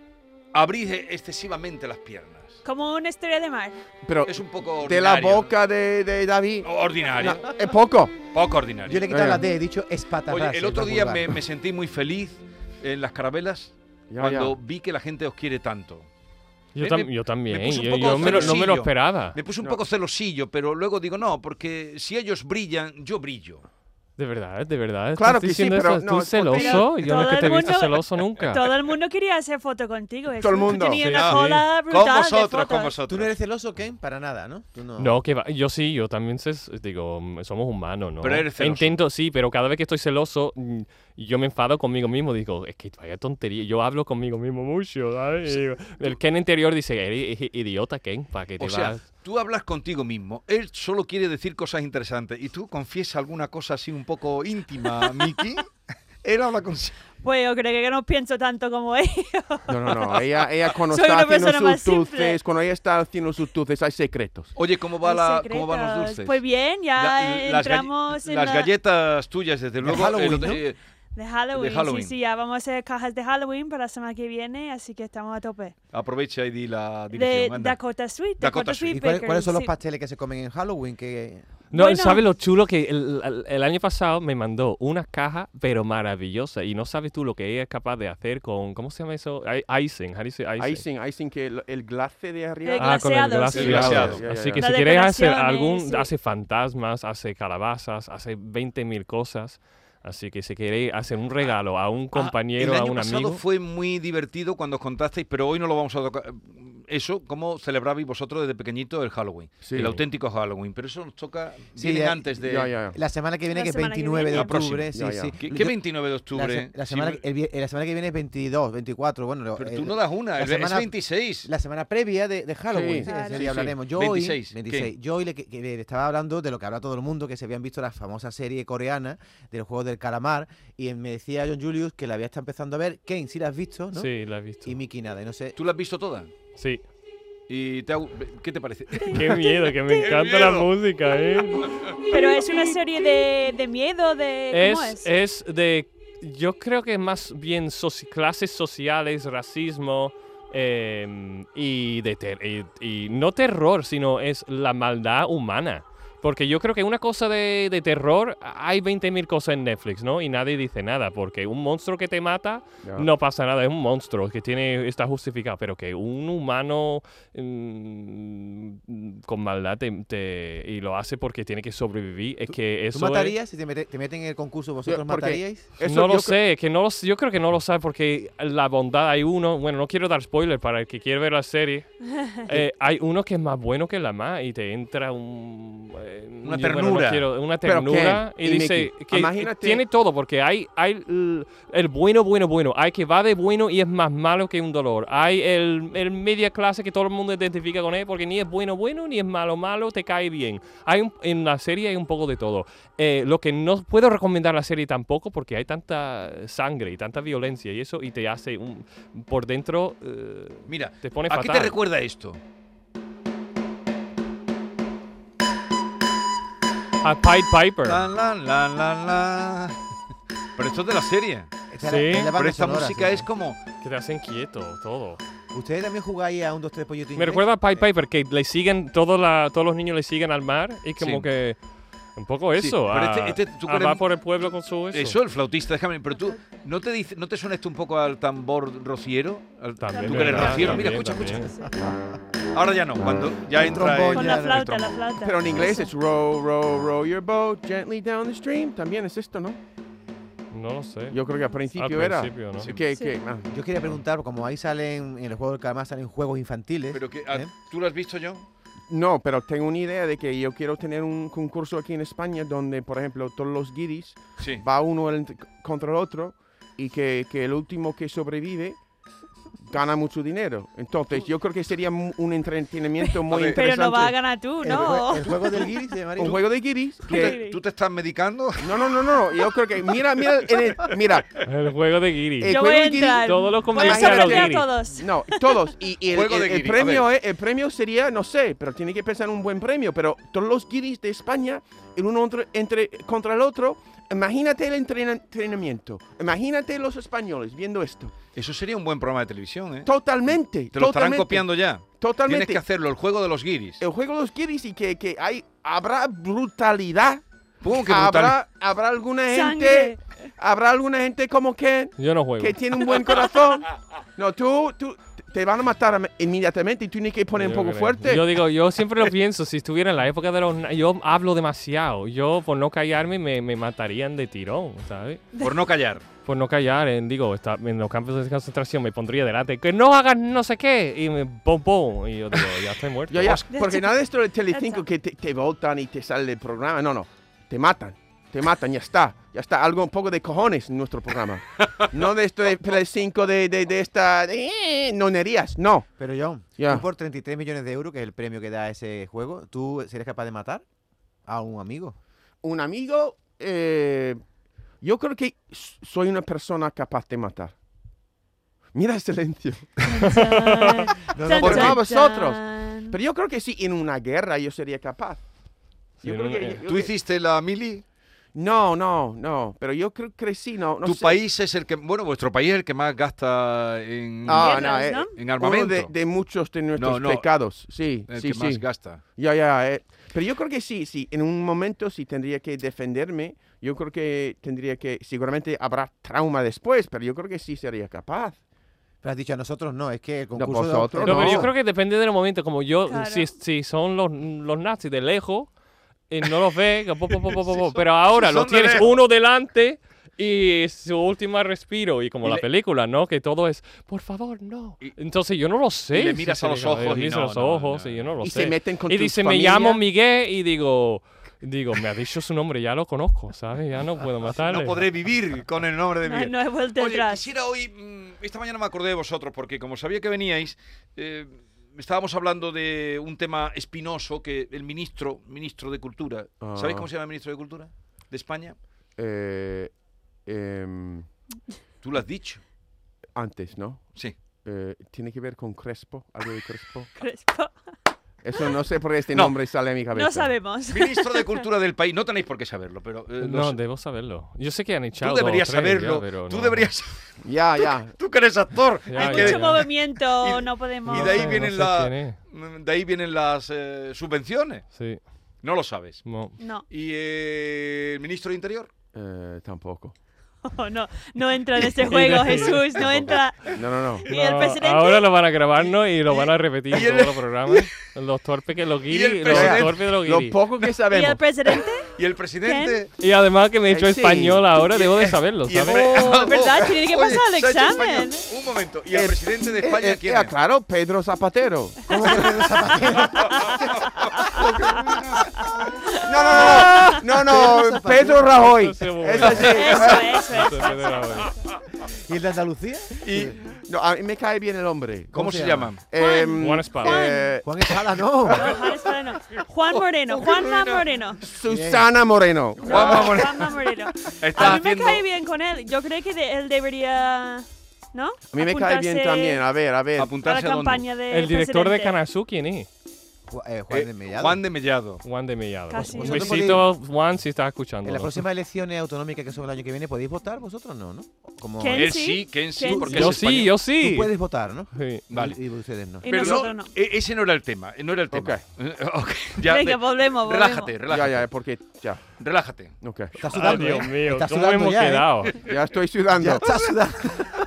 [SPEAKER 2] abrir excesivamente las piernas.
[SPEAKER 3] Como una estrella de mar.
[SPEAKER 4] Pero
[SPEAKER 2] Es un poco
[SPEAKER 4] de la
[SPEAKER 2] ordinario.
[SPEAKER 4] boca de, de David.
[SPEAKER 2] Ordinario,
[SPEAKER 4] No, es poco.
[SPEAKER 2] poco ordinario.
[SPEAKER 5] Yo le he quitado
[SPEAKER 4] Venga.
[SPEAKER 5] la D, he dicho espatarrarse.
[SPEAKER 2] Oye, el
[SPEAKER 5] es
[SPEAKER 2] otro
[SPEAKER 5] más
[SPEAKER 2] día me,
[SPEAKER 5] vulgar.
[SPEAKER 2] me sentí muy feliz en las carabelas cuando vi que la gente os quiere tanto.
[SPEAKER 6] Yo,
[SPEAKER 2] Me-
[SPEAKER 6] tam-
[SPEAKER 2] me-
[SPEAKER 6] yo también.
[SPEAKER 2] me puse un
[SPEAKER 6] yo
[SPEAKER 2] poco
[SPEAKER 6] yo me lo- no me
[SPEAKER 2] celosillo.
[SPEAKER 6] lo esperaba.
[SPEAKER 2] Me puse un
[SPEAKER 4] No.
[SPEAKER 2] poco celosillo, pero luego digo, no, porque si ellos brillan, yo brillo.
[SPEAKER 6] De verdad, de verdad. ¿estás
[SPEAKER 4] Claro que sí,
[SPEAKER 6] diciendo
[SPEAKER 4] pero
[SPEAKER 6] eso?
[SPEAKER 4] no,
[SPEAKER 6] ¿Tú
[SPEAKER 4] es-
[SPEAKER 6] celoso? Yo no es que
[SPEAKER 3] Todo
[SPEAKER 6] te he
[SPEAKER 3] el
[SPEAKER 6] visto
[SPEAKER 3] mundo-
[SPEAKER 6] celoso
[SPEAKER 2] Ah.
[SPEAKER 6] nunca.
[SPEAKER 3] Todo el mundo quería hacer foto contigo. Jesús.
[SPEAKER 4] Todo el
[SPEAKER 3] Tú
[SPEAKER 4] mundo.
[SPEAKER 3] tenías
[SPEAKER 6] Sí,
[SPEAKER 3] una
[SPEAKER 6] sí.
[SPEAKER 3] cola
[SPEAKER 2] Con
[SPEAKER 3] brutal de
[SPEAKER 2] ah, vosotros,
[SPEAKER 3] fotos.
[SPEAKER 2] con vosotros.
[SPEAKER 5] ¿Tú no eres celoso, Ken? Para nada, ¿no? Tú
[SPEAKER 2] Ah.
[SPEAKER 5] no.
[SPEAKER 6] No, que va. Yo sí, yo también sé, digo, mm, somos humanos, ¿no?
[SPEAKER 2] Pero eres celoso.
[SPEAKER 6] Intento, sí, pero cada vez que estoy celoso, mm, yo me enfado conmigo mismo. Digo, es que vaya tontería. Yo hablo conmigo mismo mucho, ¿sabes? Y digo, el Ken interior dice, eres i- idiota, Ken, ¿para que te
[SPEAKER 2] O
[SPEAKER 6] vas?
[SPEAKER 2] sea, tú hablas contigo mismo. Él solo quiere decir cosas interesantes. ¿Y tú confiesa alguna cosa así un poco íntima, Miki? Él habla consigo.
[SPEAKER 3] Pues yo creo que no pienso tanto como él.
[SPEAKER 4] No, no, no. Ella,
[SPEAKER 2] [laughs]
[SPEAKER 4] ella cuando
[SPEAKER 3] Soy
[SPEAKER 4] está
[SPEAKER 3] una
[SPEAKER 4] haciendo
[SPEAKER 3] persona más
[SPEAKER 4] sus
[SPEAKER 3] simple.
[SPEAKER 4] dulces, cuando ella está haciendo sus dulces, hay secretos.
[SPEAKER 2] Oye,
[SPEAKER 3] [laughs]
[SPEAKER 2] ¿cómo, va
[SPEAKER 3] Hay
[SPEAKER 2] la, ¿cómo van los
[SPEAKER 3] secretos.
[SPEAKER 2] dulces?
[SPEAKER 3] Pues bien, ya
[SPEAKER 2] La- las, galle-
[SPEAKER 3] entramos en
[SPEAKER 2] las
[SPEAKER 3] la-
[SPEAKER 2] galletas tuyas, desde luego. el
[SPEAKER 5] Halloween,
[SPEAKER 2] otro-
[SPEAKER 5] ¿no?
[SPEAKER 2] eh,
[SPEAKER 3] de Halloween.
[SPEAKER 2] de Halloween.
[SPEAKER 3] Sí, sí, ya vamos a hacer cajas de Halloween para la semana que viene, así que estamos a tope.
[SPEAKER 2] Aprovecha y di la
[SPEAKER 3] De
[SPEAKER 2] dirección. anda.
[SPEAKER 3] Dakota Sweet.
[SPEAKER 2] Dakota
[SPEAKER 3] Dakota,
[SPEAKER 2] Sweet.
[SPEAKER 5] ¿Y
[SPEAKER 3] Sweet
[SPEAKER 5] cuál-
[SPEAKER 3] Bakery.
[SPEAKER 5] cuáles son los
[SPEAKER 3] sí.
[SPEAKER 5] pasteles que se comen en Halloween? Que...
[SPEAKER 6] No,
[SPEAKER 3] Bueno.
[SPEAKER 6] ¿sabes lo chulo que el, el- el año pasado me mandó una caja, pero maravillosa? Y no sabes tú lo que ella es capaz de hacer con, ¿cómo se llama eso? I- Icing, how do you say icing?
[SPEAKER 4] Icing, icing, que el, el glace de arriba.
[SPEAKER 3] El
[SPEAKER 6] Ah, con el
[SPEAKER 3] glaseado,
[SPEAKER 6] glaseado.
[SPEAKER 2] sí. El glaseado.
[SPEAKER 4] Ya, ya,
[SPEAKER 6] Así
[SPEAKER 4] ya.
[SPEAKER 6] que
[SPEAKER 3] Las
[SPEAKER 6] si quieres hacer
[SPEAKER 3] decoraciones,
[SPEAKER 6] algún,
[SPEAKER 3] sí.
[SPEAKER 6] hace fantasmas, hace calabazas, hace 20.000 cosas. Así que si queréis hacer un regalo a un
[SPEAKER 2] Ah,
[SPEAKER 6] compañero,
[SPEAKER 2] el
[SPEAKER 6] a
[SPEAKER 2] año
[SPEAKER 6] un
[SPEAKER 2] pasado
[SPEAKER 6] amigo.
[SPEAKER 2] fue muy divertido cuando os contasteis, pero hoy no lo vamos a tocar. Mm, Eso, cómo celebrabais vosotros desde pequeñito el Halloween,
[SPEAKER 4] Sí.
[SPEAKER 2] el auténtico Halloween. Pero eso nos toca
[SPEAKER 5] Sí,
[SPEAKER 2] viene
[SPEAKER 5] ya-
[SPEAKER 2] antes de.
[SPEAKER 4] Ya, ya.
[SPEAKER 5] La semana que viene,
[SPEAKER 3] La
[SPEAKER 5] que es
[SPEAKER 3] semana que
[SPEAKER 5] 29 de
[SPEAKER 3] viene.
[SPEAKER 2] La próxima.
[SPEAKER 5] octubre. Sí,
[SPEAKER 4] Ya, ya.
[SPEAKER 5] sí.
[SPEAKER 2] ¿Qué,
[SPEAKER 5] Yo-
[SPEAKER 2] qué 29 de
[SPEAKER 5] la,
[SPEAKER 2] octubre?
[SPEAKER 5] se- la
[SPEAKER 2] Sí,
[SPEAKER 5] semana,
[SPEAKER 2] me-
[SPEAKER 5] el vie- eh, la semana que viene es 22, 24. Bueno, lo-
[SPEAKER 2] pero
[SPEAKER 5] eh,
[SPEAKER 2] tú no das una,
[SPEAKER 5] la
[SPEAKER 2] es
[SPEAKER 5] semana-
[SPEAKER 2] 26.
[SPEAKER 5] La semana previa de, de Halloween,
[SPEAKER 4] Sí,
[SPEAKER 5] ese
[SPEAKER 3] Claro.
[SPEAKER 5] día
[SPEAKER 4] sí, sí.
[SPEAKER 5] hablaremos. Yo
[SPEAKER 2] 26,
[SPEAKER 5] hoy, 26, yo hoy le, que- que le estaba hablando de lo que habla todo el mundo, que se habían visto la famosa serie coreana del juego del calamar, y me decía John Julius que la había estado empezando a ver. Kane, sí la has visto, ¿no?
[SPEAKER 6] Sí, la he visto.
[SPEAKER 5] Y Mickey nada, y no sé.
[SPEAKER 2] ¿Tú la has visto toda?
[SPEAKER 6] Sí.
[SPEAKER 2] ¿Y te ha gu- ¿Qué te parece? [laughs]
[SPEAKER 6] Qué miedo, que me encanta la
[SPEAKER 2] miedo.
[SPEAKER 6] música, ¿eh?
[SPEAKER 3] Pero es una serie de, de miedo, de... Eh, ¿Cómo es?
[SPEAKER 6] Es, es de. Yo creo que es más bien soci- clases sociales, racismo em, y, de ter- y- y no terror, sino es la maldad humana. Porque yo creo que una cosa de, de terror, hay 20.000 cosas en Netflix, ¿no? Y nadie dice nada, porque un monstruo que te mata
[SPEAKER 4] Ya.
[SPEAKER 6] no pasa nada, es un monstruo que tiene está justificado, pero que un humano mm, con maldad te, te- y lo hace porque tiene que sobrevivir, es que eso
[SPEAKER 5] ¿Tú
[SPEAKER 6] es-
[SPEAKER 5] matarías si te, mete- te meten en el concurso? ¿Vosotros
[SPEAKER 4] porque-
[SPEAKER 5] mataríais?
[SPEAKER 4] Eso
[SPEAKER 6] no
[SPEAKER 4] yo
[SPEAKER 6] lo
[SPEAKER 4] cre-
[SPEAKER 6] sé, que no lo sé, yo creo que no lo sabe porque la bondad hay uno, bueno, no quiero dar spoiler para el que quiere ver la serie, eh, hay uno que es más bueno que la más y te entra un, eh,
[SPEAKER 2] Una
[SPEAKER 6] yo, bueno, no
[SPEAKER 2] ternura.
[SPEAKER 6] quiero- una
[SPEAKER 4] Pero,
[SPEAKER 6] ternura
[SPEAKER 4] Ken
[SPEAKER 6] y,
[SPEAKER 4] y
[SPEAKER 6] dice
[SPEAKER 4] Mickey,
[SPEAKER 6] que
[SPEAKER 4] imagínate-
[SPEAKER 6] tiene todo porque hay, hay el, el bueno, bueno, bueno, hay que va de bueno y es más malo que un dolor, hay el, el media clase que todo el mundo identifica con él porque ni es bueno, bueno, ni es malo, malo, te cae bien. Hay un- en la serie hay un poco de todo. Eh, lo que no puedo recomendar la serie tampoco porque hay tanta sangre y tanta violencia y eso y te hace un, por dentro eh,
[SPEAKER 2] Mira,
[SPEAKER 6] te pone
[SPEAKER 2] ¿a
[SPEAKER 6] fatal.
[SPEAKER 2] qué te recuerda esto?
[SPEAKER 6] A Pied Piper.
[SPEAKER 2] La, la, la, la, la. Pero esto es de la serie.
[SPEAKER 5] Esta
[SPEAKER 6] sí,
[SPEAKER 5] es la banda
[SPEAKER 2] Pero esta
[SPEAKER 5] sonora,
[SPEAKER 2] música
[SPEAKER 5] sí.
[SPEAKER 2] es como.
[SPEAKER 6] Que te hacen quieto, todo.
[SPEAKER 5] ¿Ustedes también jugáis a un 2, 3 pollito
[SPEAKER 6] Me recuerda a Pied Piper que le siguen, todos la- todos los niños le siguen al mar y como
[SPEAKER 2] Sí.
[SPEAKER 6] que Un poco
[SPEAKER 2] Sí,
[SPEAKER 6] eso.
[SPEAKER 2] pero
[SPEAKER 6] a-
[SPEAKER 2] este- este- tú
[SPEAKER 6] a
[SPEAKER 2] crees-
[SPEAKER 6] va por el pueblo con su eso.
[SPEAKER 2] Eso. el flautista, déjame. Pero tú, ¿no te, dice, ¿no te suena esto un poco al tambor rociero? Al,
[SPEAKER 6] También,
[SPEAKER 2] tú que eres
[SPEAKER 6] ¿verdad?
[SPEAKER 2] rociero, mira,
[SPEAKER 6] También,
[SPEAKER 2] escucha, escucha.
[SPEAKER 6] también.
[SPEAKER 2] Ahora ya no, cuando ya
[SPEAKER 5] El
[SPEAKER 2] entra.
[SPEAKER 5] trombón
[SPEAKER 2] el-
[SPEAKER 3] Con
[SPEAKER 5] ya,
[SPEAKER 3] la
[SPEAKER 5] el
[SPEAKER 3] flauta, la
[SPEAKER 2] trombón.
[SPEAKER 3] flauta.
[SPEAKER 4] Pero en inglés es row, row, row your boat gently down the stream. También es esto, ¿no?
[SPEAKER 6] No lo sé.
[SPEAKER 4] Yo creo que al principio era.
[SPEAKER 6] principio, ¿no?
[SPEAKER 4] Sí, que-
[SPEAKER 3] Sí.
[SPEAKER 4] que- ah.
[SPEAKER 5] Yo quería preguntar, como ahí salen, en el juego del calamar salen juegos infantiles.
[SPEAKER 2] Pero que, ah,
[SPEAKER 5] ¿eh?
[SPEAKER 2] ¿Tú lo has visto yo?
[SPEAKER 4] No, pero tengo una idea de que yo quiero tener un concurso aquí en España donde, por ejemplo, todos los guiris
[SPEAKER 2] Sí.
[SPEAKER 4] va uno el- contra el otro y que, que el último que sobrevive gana mucho dinero. Entonces, yo creo que sería mu- un entretenimiento muy
[SPEAKER 2] ver.
[SPEAKER 3] Pero
[SPEAKER 4] interesante.
[SPEAKER 3] no va a ganar tú,
[SPEAKER 5] el, jue-
[SPEAKER 3] ¿no?
[SPEAKER 5] el juego del guiri se llamaría.
[SPEAKER 4] Un juego de
[SPEAKER 3] [laughs]
[SPEAKER 4] guiris.
[SPEAKER 2] ¿Tú
[SPEAKER 4] que-
[SPEAKER 2] te, tú te estás medicando?
[SPEAKER 4] No, no, no, no. Yo creo que. Mira, mira. en el- mira.
[SPEAKER 6] eh, El juego de
[SPEAKER 4] el
[SPEAKER 6] Giri.
[SPEAKER 3] [laughs] Yo voy
[SPEAKER 4] juego
[SPEAKER 3] a
[SPEAKER 4] de guiri-
[SPEAKER 3] entrar.
[SPEAKER 6] Todos los
[SPEAKER 3] Voy a
[SPEAKER 6] comerciales
[SPEAKER 4] Imagínate-
[SPEAKER 3] sabotear a
[SPEAKER 4] [laughs]
[SPEAKER 6] guiri.
[SPEAKER 3] todos.
[SPEAKER 4] No, todos. Y, y el,
[SPEAKER 2] Juego
[SPEAKER 4] el-
[SPEAKER 2] de
[SPEAKER 4] el
[SPEAKER 2] guiris, a
[SPEAKER 4] premio, eh, el premio sería, no sé, pero tiene que pensar un buen premio. Pero todos los guiris de España, el uno entre, entre- contra el otro. Imagínate el entrena- entrenamiento. Imagínate los españoles viendo esto.
[SPEAKER 2] Eso sería un buen programa de televisión, ¿eh?
[SPEAKER 4] Totalmente.
[SPEAKER 2] Te lo estarán
[SPEAKER 4] totalmente,
[SPEAKER 2] copiando ya.
[SPEAKER 4] Totalmente. Eh,
[SPEAKER 2] Tienes que hacerlo, el juego de los guiris.
[SPEAKER 4] el juego de los guiris y que, que hay, habrá brutalidad.
[SPEAKER 2] Pum, qué brutal.
[SPEAKER 4] habrá, habrá alguna gente.
[SPEAKER 3] Sangre.
[SPEAKER 4] Habrá alguna gente como que.
[SPEAKER 6] Yo no juego.
[SPEAKER 4] que tiene un buen
[SPEAKER 6] [laughs]
[SPEAKER 4] corazón. No, tú, tú te van a matar am- inmediatamente y tú tienes que poner un
[SPEAKER 6] Yo
[SPEAKER 4] poco
[SPEAKER 6] creo.
[SPEAKER 4] fuerte.
[SPEAKER 6] Yo digo, yo siempre lo pienso, si estuviera en la época de los... na- Yo hablo demasiado. Yo, por no callarme, me, me matarían de tirón, ¿sabes?
[SPEAKER 2] Por no callar.
[SPEAKER 6] Por no callar, eh, digo, está, en los campos de concentración me pondría delante, que no hagas no sé qué, y me pum, pum, y yo digo, ya estoy muerto.
[SPEAKER 4] Yo ya-
[SPEAKER 3] De
[SPEAKER 4] porque
[SPEAKER 3] hecho-
[SPEAKER 4] nada de esto de Telecinco
[SPEAKER 3] Exacto.
[SPEAKER 4] que te, te votan y te sale del programa. No, no, te matan. Te matan, ya está. Ya está, algo un poco de cojones en nuestro programa. no de esto de Telecinco, de, de, de esta... de- eh, nonerías, no.
[SPEAKER 5] Pero John,
[SPEAKER 4] Ya.
[SPEAKER 5] tú por 33 millones de euros, que es el premio que da ese juego, ¿tú serías capaz de matar a un amigo?
[SPEAKER 4] Un amigo... eh, yo creo que s- soy una persona capaz de matar. Mira el silencio.
[SPEAKER 5] No,
[SPEAKER 3] Chan,
[SPEAKER 4] ¿por qué?
[SPEAKER 3] chan,
[SPEAKER 4] No, vosotros.
[SPEAKER 3] chan.
[SPEAKER 4] Pero yo creo que sí, en una guerra yo sería capaz.
[SPEAKER 6] Sí,
[SPEAKER 4] Yo
[SPEAKER 6] en
[SPEAKER 4] creo
[SPEAKER 6] una-
[SPEAKER 4] que-
[SPEAKER 6] eh,
[SPEAKER 4] [laughs] yo-
[SPEAKER 2] ¿Tú hiciste la mili?
[SPEAKER 4] No, no, no. Pero yo creo que sí, no. no
[SPEAKER 2] tu
[SPEAKER 4] sé.
[SPEAKER 2] país es el que. Bueno, vuestro país es el que más gasta en,
[SPEAKER 4] Ah, no,
[SPEAKER 3] Guerras,
[SPEAKER 4] eh,
[SPEAKER 3] ¿no?
[SPEAKER 2] en
[SPEAKER 4] Uno
[SPEAKER 2] armamento.
[SPEAKER 4] de, de muchos de nuestros
[SPEAKER 2] No, no.
[SPEAKER 4] pecados. Sí,
[SPEAKER 2] el
[SPEAKER 4] sí,
[SPEAKER 2] que más
[SPEAKER 4] sí.
[SPEAKER 2] gasta.
[SPEAKER 4] Ya, ya. eh. Pero yo creo que sí, sí. En un momento sí tendría que defenderme. Yo creo que tendría que. Seguramente habrá trauma después, pero yo creo que sí sería capaz.
[SPEAKER 5] Pero has dicho a nosotros no, es que el concurso. de-
[SPEAKER 4] vosotros
[SPEAKER 6] No, pero yo
[SPEAKER 4] No.
[SPEAKER 6] creo que depende del momento. Como yo,
[SPEAKER 3] Claro.
[SPEAKER 6] si, si son los, los nazis de lejos, eh, no los ve, que po, po,
[SPEAKER 2] [laughs]
[SPEAKER 6] po, po, po, po, pero ahora
[SPEAKER 2] si
[SPEAKER 6] lo
[SPEAKER 2] son de
[SPEAKER 6] tienes
[SPEAKER 2] lejos.
[SPEAKER 6] uno delante y su última respiro, y como
[SPEAKER 2] Y
[SPEAKER 6] la
[SPEAKER 2] le-
[SPEAKER 6] película, ¿no? Que todo es, por favor, no.
[SPEAKER 2] Y-
[SPEAKER 6] Entonces yo no lo sé.
[SPEAKER 2] y le
[SPEAKER 6] si
[SPEAKER 2] miras
[SPEAKER 6] se
[SPEAKER 2] a los
[SPEAKER 6] le-
[SPEAKER 2] ojos
[SPEAKER 6] le
[SPEAKER 2] y
[SPEAKER 6] miras a
[SPEAKER 2] no,
[SPEAKER 6] los
[SPEAKER 2] no, no,
[SPEAKER 6] ojos
[SPEAKER 2] no.
[SPEAKER 6] y yo no lo
[SPEAKER 4] Y
[SPEAKER 6] sé.
[SPEAKER 4] se meten con
[SPEAKER 6] y
[SPEAKER 4] tu
[SPEAKER 6] dice,
[SPEAKER 4] familia.
[SPEAKER 6] me llamo Miguel y digo... Digo, me ha dicho su nombre, ya lo conozco, ¿sabes? Ya no puedo matarle.
[SPEAKER 2] Ah, No podré vivir con el nombre de
[SPEAKER 3] No,
[SPEAKER 2] Miguel.
[SPEAKER 3] no he vuelto
[SPEAKER 2] Oye,
[SPEAKER 3] atrás.
[SPEAKER 2] quisiera hoy. mm, Esta mañana me acordé de vosotros porque, como sabía que veníais, eh, estábamos hablando de un tema espinoso que el ministro, ministro de Cultura.
[SPEAKER 4] Ah.
[SPEAKER 2] ¿Sabéis cómo se llama el ministro de Cultura de España?
[SPEAKER 4] Eh, em,
[SPEAKER 2] Tú lo has dicho.
[SPEAKER 4] antes, ¿no?
[SPEAKER 2] Sí.
[SPEAKER 4] Eh, ¿Tiene que ver con Crespo? ¿Algo de Crespo?
[SPEAKER 3] Crespo.
[SPEAKER 4] Eso no sé por qué este
[SPEAKER 2] No.
[SPEAKER 4] nombre sale a mi cabeza.
[SPEAKER 3] No sabemos.
[SPEAKER 2] Ministro de Cultura del país. No tenéis por qué saberlo, pero. eh, lo
[SPEAKER 6] No,
[SPEAKER 2] sé.
[SPEAKER 6] debo saberlo. Yo sé que han echado
[SPEAKER 2] Tú
[SPEAKER 6] dos o
[SPEAKER 2] deberías
[SPEAKER 6] tres ya,
[SPEAKER 2] saberlo.
[SPEAKER 6] pero
[SPEAKER 2] Tú
[SPEAKER 6] no.
[SPEAKER 2] deberías.
[SPEAKER 4] Ya, ya.
[SPEAKER 2] [laughs] Tú que eres actor.
[SPEAKER 6] Ya,
[SPEAKER 2] y
[SPEAKER 3] [laughs] Hay
[SPEAKER 2] que-
[SPEAKER 3] mucho
[SPEAKER 6] ya.
[SPEAKER 3] movimiento,
[SPEAKER 2] Y-
[SPEAKER 3] no podemos.
[SPEAKER 2] y de ahí
[SPEAKER 6] sé,
[SPEAKER 2] vienen
[SPEAKER 6] sé
[SPEAKER 2] la-
[SPEAKER 6] quién es.
[SPEAKER 2] De ahí vienen las eh, subvenciones.
[SPEAKER 6] Sí,
[SPEAKER 2] No lo sabes.
[SPEAKER 6] no.
[SPEAKER 3] No, [laughs]
[SPEAKER 2] ¿Y eh, el ministro de Interior?
[SPEAKER 4] Eh, tampoco.
[SPEAKER 3] no, no entra en este juego, Jesús,
[SPEAKER 4] [laughs]
[SPEAKER 3] no entra.
[SPEAKER 4] No, no, no.
[SPEAKER 3] Y el
[SPEAKER 6] No,
[SPEAKER 3] presidente-
[SPEAKER 6] Ahora lo van a grabarnos y lo van a repetir en
[SPEAKER 2] y el-
[SPEAKER 6] todos los programas. Los torpes que los
[SPEAKER 2] el
[SPEAKER 6] guiris, los
[SPEAKER 2] presidente-
[SPEAKER 6] torpes de los
[SPEAKER 4] Lo
[SPEAKER 6] guiris.
[SPEAKER 4] poco que
[SPEAKER 3] ¿Y
[SPEAKER 4] sabemos.
[SPEAKER 3] el presidente?
[SPEAKER 2] ¿Y el presidente?
[SPEAKER 6] Y además que me he hecho
[SPEAKER 4] Eh, sí.
[SPEAKER 6] español ahora, debo de saberlo,
[SPEAKER 2] Y el
[SPEAKER 6] ¿sabes?
[SPEAKER 2] pre- [laughs]
[SPEAKER 3] Oh, es verdad, tiene que
[SPEAKER 2] Oye,
[SPEAKER 3] pasar el
[SPEAKER 2] se ha hecho
[SPEAKER 3] examen.
[SPEAKER 2] español. Un momento. ¿Y el
[SPEAKER 4] Eh,
[SPEAKER 2] presidente de
[SPEAKER 4] Eh,
[SPEAKER 2] España
[SPEAKER 4] eh,
[SPEAKER 2] quién
[SPEAKER 4] eh,
[SPEAKER 2] es?
[SPEAKER 4] claro, Pedro Zapatero.
[SPEAKER 5] ¿Cómo que Pedro Zapatero?
[SPEAKER 4] No, no, no, no, no, no, Pedro Rajoy.
[SPEAKER 6] Eso sí, bueno.
[SPEAKER 4] Eso sí.
[SPEAKER 3] Eso, eso,
[SPEAKER 6] [laughs] Eso
[SPEAKER 3] eso.
[SPEAKER 6] me da la-
[SPEAKER 5] ¿Y el de Andalucía?
[SPEAKER 2] ¿Y
[SPEAKER 4] No, a mí me cae bien el hombre.
[SPEAKER 2] cómo
[SPEAKER 5] ¿Cómo
[SPEAKER 2] se
[SPEAKER 5] se
[SPEAKER 2] llaman?
[SPEAKER 4] Em,
[SPEAKER 6] Juan Espada.
[SPEAKER 4] eh,
[SPEAKER 5] Juan Espada, no.
[SPEAKER 3] No, Juan Espadano. Juan Moreno, Juanma Moreno.
[SPEAKER 4] Susana Moreno.
[SPEAKER 3] No,
[SPEAKER 2] Juanma Moreno.
[SPEAKER 3] Juanma Moreno.
[SPEAKER 2] Está
[SPEAKER 3] A mí me
[SPEAKER 2] haciendo...
[SPEAKER 3] cae bien con él. Yo creo que de- él debería. ¿No?
[SPEAKER 4] A mí me cae bien también. A ver, a ver.
[SPEAKER 3] A
[SPEAKER 2] Apuntarse
[SPEAKER 3] la
[SPEAKER 2] a dónde.
[SPEAKER 3] campaña de.
[SPEAKER 6] El director de
[SPEAKER 3] presidente.
[SPEAKER 6] Canazú, ¿quién es?
[SPEAKER 5] Ju- eh, Juan
[SPEAKER 2] Eh,
[SPEAKER 5] de Mellado.
[SPEAKER 2] Juan de Mellado.
[SPEAKER 6] Juan de Mellado.
[SPEAKER 3] Casi.
[SPEAKER 6] Un
[SPEAKER 5] Vosotros
[SPEAKER 6] besito, Juan, si estás escuchando.
[SPEAKER 5] En las próximas elecciones autonómicas que son el año que viene, ¿podéis votar vosotros? No, ¿no? Como
[SPEAKER 3] ¿Qué? Él
[SPEAKER 2] Él
[SPEAKER 3] sí,
[SPEAKER 2] sí, que en sí,
[SPEAKER 3] Ken
[SPEAKER 2] porque
[SPEAKER 3] sí.
[SPEAKER 6] Yo
[SPEAKER 2] es
[SPEAKER 6] sí,
[SPEAKER 2] español.
[SPEAKER 6] yo
[SPEAKER 5] Tú
[SPEAKER 6] sí.
[SPEAKER 5] puedes votar, ¿no?
[SPEAKER 6] Sí.
[SPEAKER 2] Vale.
[SPEAKER 5] Y, y ustedes
[SPEAKER 6] Eh,
[SPEAKER 5] no.
[SPEAKER 3] Y
[SPEAKER 2] Pero
[SPEAKER 3] nosotros
[SPEAKER 2] no,
[SPEAKER 3] no.
[SPEAKER 2] e- ese no era el tema, eh, no era el tema.
[SPEAKER 4] Ok.
[SPEAKER 2] Ok, [laughs] ya,
[SPEAKER 3] Venga,
[SPEAKER 2] ve-
[SPEAKER 3] volvemos, volvemos.
[SPEAKER 2] relájate, relájate,
[SPEAKER 4] Ya, ya, porque ya.
[SPEAKER 2] relájate.
[SPEAKER 4] Ok.
[SPEAKER 5] Está
[SPEAKER 6] Ay,
[SPEAKER 5] sudando.
[SPEAKER 6] Dios
[SPEAKER 5] ¿eh?
[SPEAKER 6] mío,
[SPEAKER 5] Está
[SPEAKER 6] ¿cómo
[SPEAKER 5] sudando
[SPEAKER 6] hemos
[SPEAKER 5] ya, ¿eh?
[SPEAKER 6] quedado?
[SPEAKER 4] Ya estoy sudando.
[SPEAKER 5] Ya está sudando.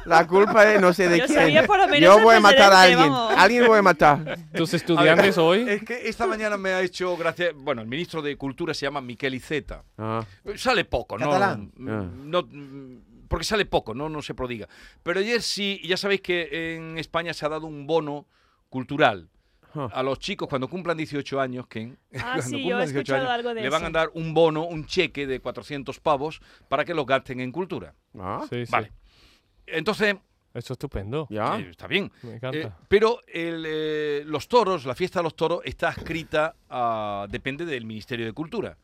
[SPEAKER 4] La culpa es no sé de
[SPEAKER 3] Yo
[SPEAKER 4] quién.
[SPEAKER 3] sabía por lo menos
[SPEAKER 4] Yo
[SPEAKER 3] el
[SPEAKER 4] voy a matar a
[SPEAKER 3] precedente,
[SPEAKER 4] alguien.
[SPEAKER 3] vamos.
[SPEAKER 4] Alguien voy a matar.
[SPEAKER 6] ¿Tus
[SPEAKER 2] [laughs]
[SPEAKER 6] estudiantes hoy?
[SPEAKER 2] Es que esta mañana me ha hecho gracia. Bueno, el ministro de Cultura se llama Miquel Iceta.
[SPEAKER 4] Ah,
[SPEAKER 2] Eh, Sale poco, ¿no?
[SPEAKER 5] Catalán.
[SPEAKER 2] Mm, no mm, porque sale poco, ¿no? No se prodiga. Pero ayer sí, y ya sabéis que en España se ha dado un bono cultural.
[SPEAKER 4] Huh.
[SPEAKER 2] A los chicos cuando cumplan 18 años, Ken, [laughs]
[SPEAKER 3] Ah,
[SPEAKER 2] cuando
[SPEAKER 3] sí, yo he escuchado algo de
[SPEAKER 2] le van a
[SPEAKER 3] eso.
[SPEAKER 2] dar un bono, un cheque de 400 pavos para que lo gasten en cultura.
[SPEAKER 4] ah,
[SPEAKER 6] Sí, Ah. sí.
[SPEAKER 2] Vale. Entonces,
[SPEAKER 6] Eso es estupendo.
[SPEAKER 4] ya.
[SPEAKER 2] eh, está bien.
[SPEAKER 6] Me
[SPEAKER 2] Eh,
[SPEAKER 6] encanta.
[SPEAKER 2] pero el, eh, los toros, la fiesta de los toros, está adscrita a. depende del Ministerio de Cultura.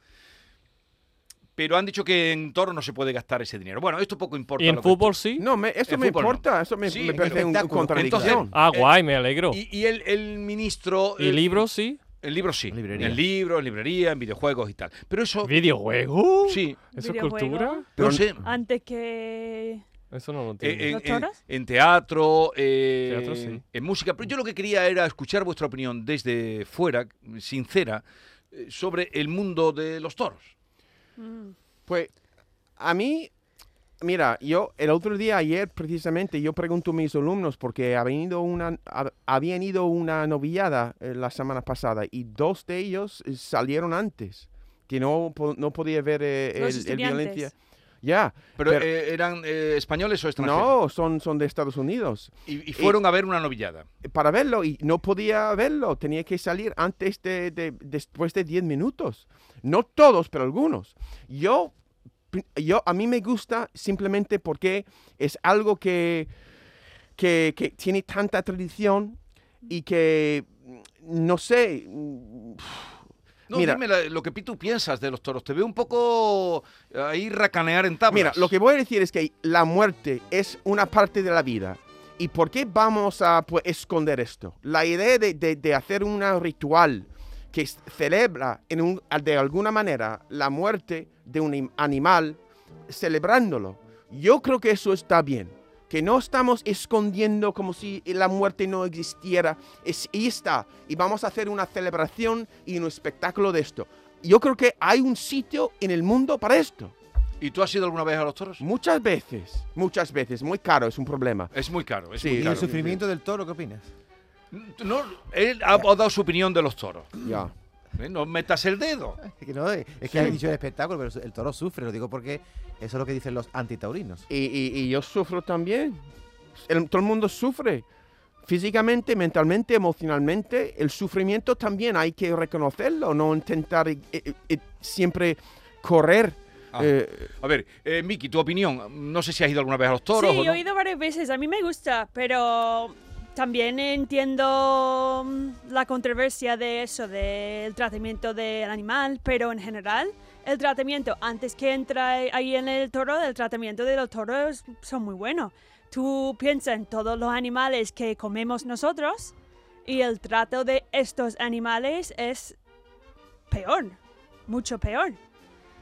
[SPEAKER 2] Pero han dicho que en toros no se puede gastar ese dinero. Bueno, esto poco importa.
[SPEAKER 6] ¿Y en
[SPEAKER 2] lo que-
[SPEAKER 6] fútbol sí?
[SPEAKER 4] No, me, eso
[SPEAKER 2] En
[SPEAKER 4] me
[SPEAKER 2] fútbol no.
[SPEAKER 4] importa. Eso me,
[SPEAKER 2] Sí,
[SPEAKER 4] me
[SPEAKER 2] en
[SPEAKER 4] parece un- un
[SPEAKER 5] espectáculo.
[SPEAKER 4] contradicción.
[SPEAKER 6] Ah,
[SPEAKER 2] eh,
[SPEAKER 6] guay, me alegro. ¿Y,
[SPEAKER 2] Y, y el, el ministro. eh,
[SPEAKER 6] libros sí?
[SPEAKER 2] El libro sí.
[SPEAKER 5] En librería.
[SPEAKER 2] En libros, en librería, en videojuegos y tal. Pero eso.
[SPEAKER 6] ¿Videojuegos?
[SPEAKER 2] Oh. Sí.
[SPEAKER 6] ¿Eso es
[SPEAKER 3] Videojuego.
[SPEAKER 6] cultura?
[SPEAKER 2] No sé.
[SPEAKER 3] Antes que...
[SPEAKER 6] Eso no lo
[SPEAKER 2] En,
[SPEAKER 6] entiendo.
[SPEAKER 2] en-
[SPEAKER 3] ¿Los toros?
[SPEAKER 2] en- en teatro, eh,
[SPEAKER 6] Teatro, sí.
[SPEAKER 2] en música. Pero yo lo que quería era escuchar vuestra opinión desde fuera, sincera, eh, sobre el mundo de los toros.
[SPEAKER 3] Mm.
[SPEAKER 4] Pues a mí, mira, yo el otro día, ayer precisamente, yo pregunto a mis alumnos porque habían ido una, hab- habían ido una novillada eh, la semana pasada y dos de ellos eh, salieron antes, que no, po- no podía ver eh,
[SPEAKER 3] Los
[SPEAKER 4] el, el
[SPEAKER 3] estudiantes.
[SPEAKER 4] violencia. Ya,
[SPEAKER 2] Pero,
[SPEAKER 4] Pero-
[SPEAKER 2] eh, eran eh, españoles o extranjeros.
[SPEAKER 4] no, son, son de Estados Unidos.
[SPEAKER 2] Y, y fueron a ver una novillada.
[SPEAKER 4] para verlo y no podía verlo, tenía que salir antes de, de- después de 10 minutos. No todos, pero algunos. Yo, yo a mí me gusta simplemente porque es algo que, que, que tiene tanta tradición y que, no sé, mm,
[SPEAKER 2] No,
[SPEAKER 4] Mira.
[SPEAKER 2] dime la- lo que pi- tú piensas de los toros. Te veo un poco eh, ahí racanear en tablas.
[SPEAKER 4] Mira, lo que voy a decir es que la muerte es una parte de la vida. ¿Y por qué vamos a pues, esconder esto? La idea de, de- de hacer un ritual que s- celebra en un- de alguna manera la muerte de un im- animal, celebrándolo, yo creo que eso está bien. Que no estamos escondiendo como si la muerte no existiera. Es, y está. Y vamos a hacer una celebración y un espectáculo de esto. Yo creo que hay un sitio en el mundo para esto.
[SPEAKER 2] ¿Y tú has ido alguna vez a los toros?
[SPEAKER 4] Muchas veces, muchas veces, muy caro, es un problema.
[SPEAKER 2] Es muy caro. Es
[SPEAKER 4] Sí,
[SPEAKER 2] muy
[SPEAKER 5] ¿Y el
[SPEAKER 2] caro.
[SPEAKER 5] sufrimiento del toro qué opinas?
[SPEAKER 2] No, él ha, ha dado su opinión de los toros.
[SPEAKER 6] Mm.
[SPEAKER 4] Ya.
[SPEAKER 2] ¿eh? No metas el dedo.
[SPEAKER 5] Es que, no, es es que has dicho el espectáculo, pero el toro sufre. Lo digo porque eso es lo que dicen los antitaurinos.
[SPEAKER 4] Y, y- y yo sufro también. El- todo el mundo sufre. Físicamente, mentalmente, emocionalmente, el sufrimiento también hay que reconocerlo, no intentar eh, eh, eh, siempre correr.
[SPEAKER 2] Ah.
[SPEAKER 4] eh,
[SPEAKER 2] A ver, eh, Miki, tu opinión. No sé si has ido alguna vez a los toros.
[SPEAKER 3] Sí,
[SPEAKER 2] o
[SPEAKER 3] yo
[SPEAKER 2] no.
[SPEAKER 3] he ido varias veces. A mí me gusta, pero también entiendo mm, la controversia de eso, del tratamiento del animal, pero en general el tratamiento, antes que entra ahí en el toro, el tratamiento de los toros son muy buenos. Tú piensas en todos los animales que comemos nosotros y el trato de estos animales es peor, mucho peor.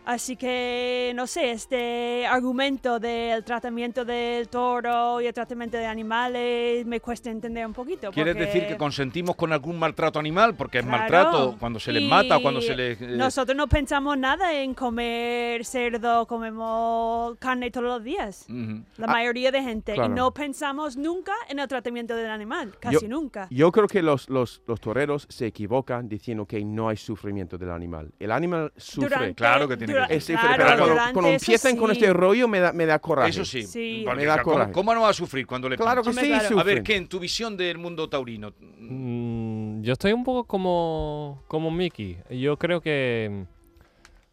[SPEAKER 3] Así que, no sé, este argumento del tratamiento del toro y el tratamiento de animales me cuesta entender un poquito.
[SPEAKER 2] ¿Quieres
[SPEAKER 3] porque-
[SPEAKER 2] decir que consentimos con algún maltrato animal? Porque es
[SPEAKER 3] Claro.
[SPEAKER 2] maltrato cuando se les mata o cuando
[SPEAKER 3] Y
[SPEAKER 2] se les... eh,
[SPEAKER 3] Nosotros no pensamos nada en comer cerdo, comemos carne todos los días.
[SPEAKER 2] ujú.
[SPEAKER 3] La mayoría de gente.
[SPEAKER 4] Ah, claro.
[SPEAKER 3] Y no pensamos nunca en el tratamiento del animal.
[SPEAKER 4] Yo-
[SPEAKER 3] Casi nunca.
[SPEAKER 4] yo creo que los, los, los toreros se equivocan diciendo que no hay sufrimiento del animal. El animal sufre.
[SPEAKER 3] Durante-
[SPEAKER 2] claro que tiene que
[SPEAKER 3] dura-
[SPEAKER 4] Eh, sufre,
[SPEAKER 3] claro,
[SPEAKER 4] pero cuando,
[SPEAKER 3] durante
[SPEAKER 4] cuando
[SPEAKER 3] eso
[SPEAKER 4] empiezan con
[SPEAKER 3] sí.
[SPEAKER 4] este rollo me da, me da coraje.
[SPEAKER 2] Eso sí.
[SPEAKER 3] Sí.
[SPEAKER 2] porque,
[SPEAKER 4] Me da
[SPEAKER 2] ¿cómo-
[SPEAKER 4] coraje.
[SPEAKER 2] ¿Cómo no va a sufrir cuando le
[SPEAKER 4] Claro que
[SPEAKER 3] Hombre,
[SPEAKER 4] sí,
[SPEAKER 3] claro. A
[SPEAKER 2] A ver,
[SPEAKER 4] sufren.
[SPEAKER 2] ¿qué en tu visión del mundo taurino?
[SPEAKER 6] Mm, yo estoy un poco como, como Mickey. Yo creo que.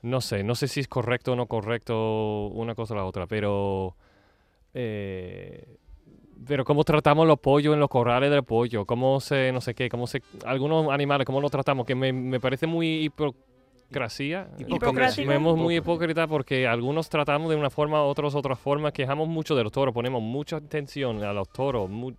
[SPEAKER 6] mm, No sé, no sé si es correcto o no correcto una cosa o la otra, pero. eh, pero cómo tratamos los pollos en los corrales del pollo, cómo se, no sé qué, cómo se. Algunos animales, cómo los tratamos, que me, me parece muy hipocresía.
[SPEAKER 3] Hipocresía.
[SPEAKER 6] Vemos muy hipócrita porque algunos tratamos de una forma, otros otra forma, quejamos mucho de los toros, ponemos mucha atención a los toros. mu-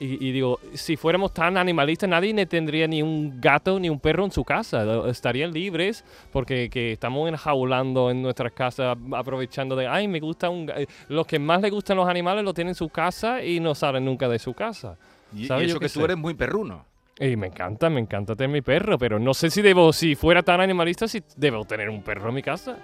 [SPEAKER 6] Y, y digo, si fuéramos tan animalistas, nadie ne tendría ni un gato ni un perro en su casa. Lo- Estarían libres porque que estamos enjaulando en nuestras casas, aprovechando de, ay, me gusta un... ga-". eh, Los que más les gustan los animales lo tienen en su casa y no salen nunca de su casa.
[SPEAKER 2] Y, y
[SPEAKER 6] ¿Sabes?
[SPEAKER 2] eso
[SPEAKER 6] Yo
[SPEAKER 2] que
[SPEAKER 6] qué
[SPEAKER 2] tú
[SPEAKER 6] sé.
[SPEAKER 2] eres muy perruno.
[SPEAKER 6] Y me encanta, me encanta tener mi perro, pero no sé si debo, si fuera tan animalista, si debo tener un perro en mi casa.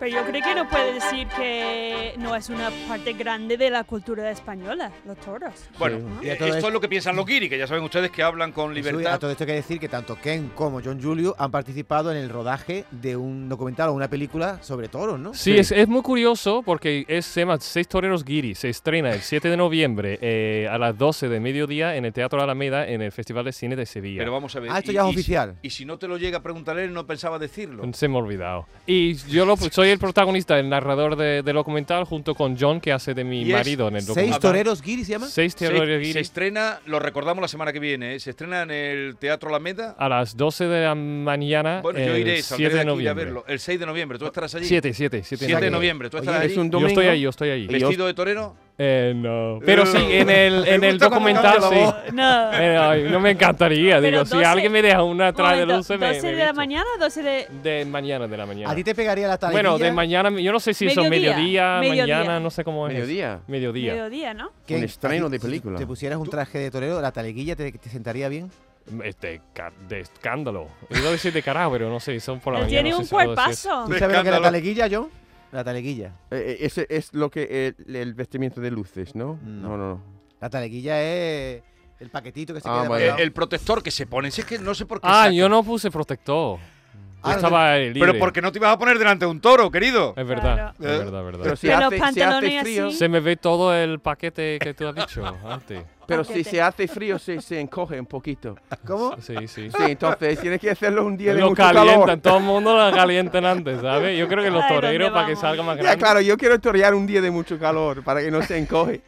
[SPEAKER 3] Pero yo creo que no puede decir que no es una parte grande de la cultura española, los toros.
[SPEAKER 2] Bueno,
[SPEAKER 5] Y a
[SPEAKER 2] eh,
[SPEAKER 5] todo
[SPEAKER 2] esto
[SPEAKER 5] esto-
[SPEAKER 2] es lo que piensan los guiri, que ya saben ustedes que hablan con
[SPEAKER 5] Jesús, A
[SPEAKER 2] libertad.
[SPEAKER 5] todo esto hay que decir que tanto Ken como John Julio han participado en el rodaje de un documental o una película sobre toros, ¿no?
[SPEAKER 6] Sí, Es, es muy curioso porque es, se llama Seis Toreros Guiri. Se estrena el 7 de noviembre eh, a las 12 de mediodía en el Teatro Alameda en el Festival de Cine de Sevilla.
[SPEAKER 2] Pero vamos a ver.
[SPEAKER 5] Ah, esto
[SPEAKER 2] y-
[SPEAKER 5] ya es
[SPEAKER 2] y si-
[SPEAKER 5] oficial.
[SPEAKER 2] Y si no te lo llega a preguntar él, no pensaba decirlo.
[SPEAKER 6] Se me ha olvidado. Y yo lo, soy el protagonista, el narrador de- del documental, junto con John, que hace de mi
[SPEAKER 2] Y es
[SPEAKER 6] marido en el documental.
[SPEAKER 5] ¿Seis toreros guiris se llama?
[SPEAKER 6] Seis
[SPEAKER 2] Se,
[SPEAKER 6] Toreros
[SPEAKER 2] se
[SPEAKER 6] Guiri.
[SPEAKER 2] estrena, lo recordamos la semana que viene, ¿eh? se estrena en el Teatro Alameda.
[SPEAKER 6] a las 12 de la mañana.
[SPEAKER 2] Bueno,
[SPEAKER 6] Ah, el
[SPEAKER 2] yo
[SPEAKER 6] 7
[SPEAKER 2] iré, saldré
[SPEAKER 6] de
[SPEAKER 2] de aquí a
[SPEAKER 6] noviembre. Oh,
[SPEAKER 2] verlo. El 6 de noviembre, tú estarás allí.
[SPEAKER 6] 7, 7, 7
[SPEAKER 2] 7 de noviembre, tú
[SPEAKER 5] Oye,
[SPEAKER 2] estarás
[SPEAKER 4] es
[SPEAKER 2] allí.
[SPEAKER 4] un
[SPEAKER 6] Yo
[SPEAKER 4] domingo.
[SPEAKER 6] estoy ahí, yo estoy ahí.
[SPEAKER 4] yo-
[SPEAKER 2] ¿Vestido de torero?
[SPEAKER 6] Eh, no. Pero sí, en el,
[SPEAKER 2] Me
[SPEAKER 6] en el
[SPEAKER 2] gusta cuando
[SPEAKER 6] documental
[SPEAKER 2] cambia
[SPEAKER 6] sí.
[SPEAKER 2] la voz.
[SPEAKER 6] [laughs]
[SPEAKER 3] No.
[SPEAKER 6] Eh, ay, no me encantaría, digo,
[SPEAKER 3] Pero
[SPEAKER 6] si
[SPEAKER 3] 12
[SPEAKER 6] alguien me deja una atrás de
[SPEAKER 3] Momento,
[SPEAKER 6] luces, me,
[SPEAKER 3] 12
[SPEAKER 6] me
[SPEAKER 3] de la
[SPEAKER 6] visto.
[SPEAKER 3] mañana, 12 de...
[SPEAKER 6] De mañana, de la mañana.
[SPEAKER 5] ¿A ti te pegaría la tarde?
[SPEAKER 6] Bueno, de mañana, yo no sé si eso
[SPEAKER 3] Mediodía,
[SPEAKER 6] mediodía,
[SPEAKER 3] mediodía.
[SPEAKER 6] mañana, no sé cómo es.
[SPEAKER 4] Mediodía.
[SPEAKER 6] Mediodía.
[SPEAKER 3] Mediodía, ¿no?
[SPEAKER 4] Un estreno de película.
[SPEAKER 5] te pusieras un traje de torero, la taleguilla te, te sentaría bien.
[SPEAKER 6] Este, ca- de escándalo. Iba a decir de carajo, pero no sé, son por la
[SPEAKER 3] Él
[SPEAKER 6] mañana.
[SPEAKER 3] tiene
[SPEAKER 6] no sé
[SPEAKER 3] un
[SPEAKER 6] si puedo decir.
[SPEAKER 3] cuerpazo.
[SPEAKER 5] ¿Tú sabes lo que es la
[SPEAKER 2] escándalo.
[SPEAKER 5] taleguilla, John? La taleguilla.
[SPEAKER 4] Eh, eh, ese es lo que el, el vestimiento de luces, ¿no?
[SPEAKER 5] No.
[SPEAKER 4] No, no, no.
[SPEAKER 5] La taleguilla es el paquetito que se
[SPEAKER 4] Ah, vale.
[SPEAKER 5] queda para
[SPEAKER 2] Eh,
[SPEAKER 5] el lado.
[SPEAKER 2] El, protector que se pone, si es que no sé por qué.
[SPEAKER 6] Ah,
[SPEAKER 2] saca.
[SPEAKER 6] yo no puse protector.
[SPEAKER 5] Ah,
[SPEAKER 6] Yo estaba libre.
[SPEAKER 2] Pero porque no te ibas a poner delante de un toro, querido.
[SPEAKER 6] Es verdad,
[SPEAKER 2] Claro.
[SPEAKER 6] es verdad, es verdad.
[SPEAKER 4] Pero si
[SPEAKER 3] Pero
[SPEAKER 4] hace, si
[SPEAKER 3] pantalones
[SPEAKER 4] hace frío,
[SPEAKER 3] así.
[SPEAKER 6] Se me ve todo el paquete que tú has dicho antes.
[SPEAKER 4] pero si
[SPEAKER 3] Paquete.
[SPEAKER 4] se hace frío se, se encoge un poquito. [laughs]
[SPEAKER 5] ¿Cómo?
[SPEAKER 6] Sí, sí.
[SPEAKER 4] Sí, entonces tienes que hacerlo un día de
[SPEAKER 6] Lo
[SPEAKER 4] mucho
[SPEAKER 6] calientan,
[SPEAKER 4] calor.
[SPEAKER 6] todo el mundo lo calientan antes, ¿sabes? Yo creo que los
[SPEAKER 3] Ay, ¿dónde
[SPEAKER 6] toreros, para que
[SPEAKER 3] vamos?
[SPEAKER 6] salga más
[SPEAKER 4] Ya,
[SPEAKER 6] grande.
[SPEAKER 4] claro, yo quiero torear un día de mucho calor para que no se encoge.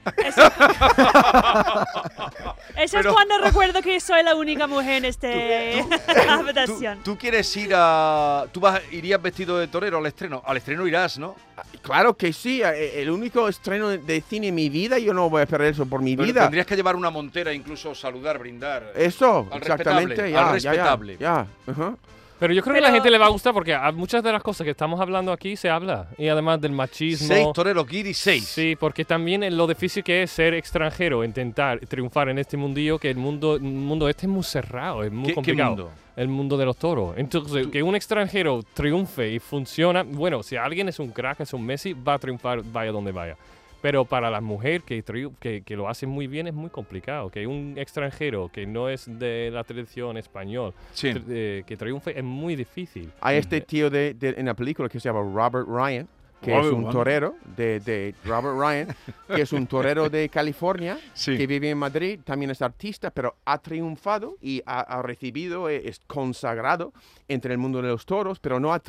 [SPEAKER 3] Eso
[SPEAKER 2] Pero-
[SPEAKER 3] es cuando recuerdo que soy la única mujer en este [laughs]
[SPEAKER 2] ¿Tú,
[SPEAKER 3] habitación.
[SPEAKER 2] tú quieres ir a. Tú vas, irías vestido de torero al estreno. Al estreno irás, ¿no?
[SPEAKER 4] Claro que sí, eh, el único estreno de cine en mi vida, yo no voy a perder eso por mi
[SPEAKER 2] Pero
[SPEAKER 4] vida. Eh,
[SPEAKER 2] Tendrías que llevar una montera, incluso saludar, brindar.
[SPEAKER 4] Eso,
[SPEAKER 2] Al respetable,
[SPEAKER 4] exactamente, ya,
[SPEAKER 2] al
[SPEAKER 4] ya, ya,
[SPEAKER 2] respetable.
[SPEAKER 4] ya, ajá.
[SPEAKER 6] Pero yo creo que a la
[SPEAKER 3] Pero-
[SPEAKER 6] gente le va a gustar porque a muchas de las cosas que estamos hablando aquí se habla. Y además del machismo.
[SPEAKER 2] seis toreros, Guiri, seis.
[SPEAKER 6] Sí, porque también es lo difícil que es ser extranjero, intentar triunfar en este mundillo, que el mundo, el mundo este es muy cerrado, es muy
[SPEAKER 2] ¿Qué- qué
[SPEAKER 6] complicado.
[SPEAKER 2] mundo?
[SPEAKER 6] El mundo de los toros. Entonces, que un extranjero triunfe y funciona, bueno, si alguien es un crack, es un Messi, va a triunfar, vaya donde vaya. Pero para las mujeres que, triu- que, que lo hacen muy bien es muy complicado. Que un extranjero que no es de la tradición español
[SPEAKER 2] Sí.
[SPEAKER 6] tr- eh, que triunfe es muy difícil.
[SPEAKER 4] Hay este tío de, de- en la película que se llama Robert Ryan, que
[SPEAKER 2] Robert
[SPEAKER 4] es un
[SPEAKER 2] Ryan.
[SPEAKER 4] torero de, de Robert Ryan, que
[SPEAKER 2] [laughs]
[SPEAKER 4] es un torero de California,
[SPEAKER 2] Sí.
[SPEAKER 4] que vive en Madrid, también es artista, pero ha triunfado y ha, ha recibido, eh, es consagrado entre el mundo de los toros, pero no ha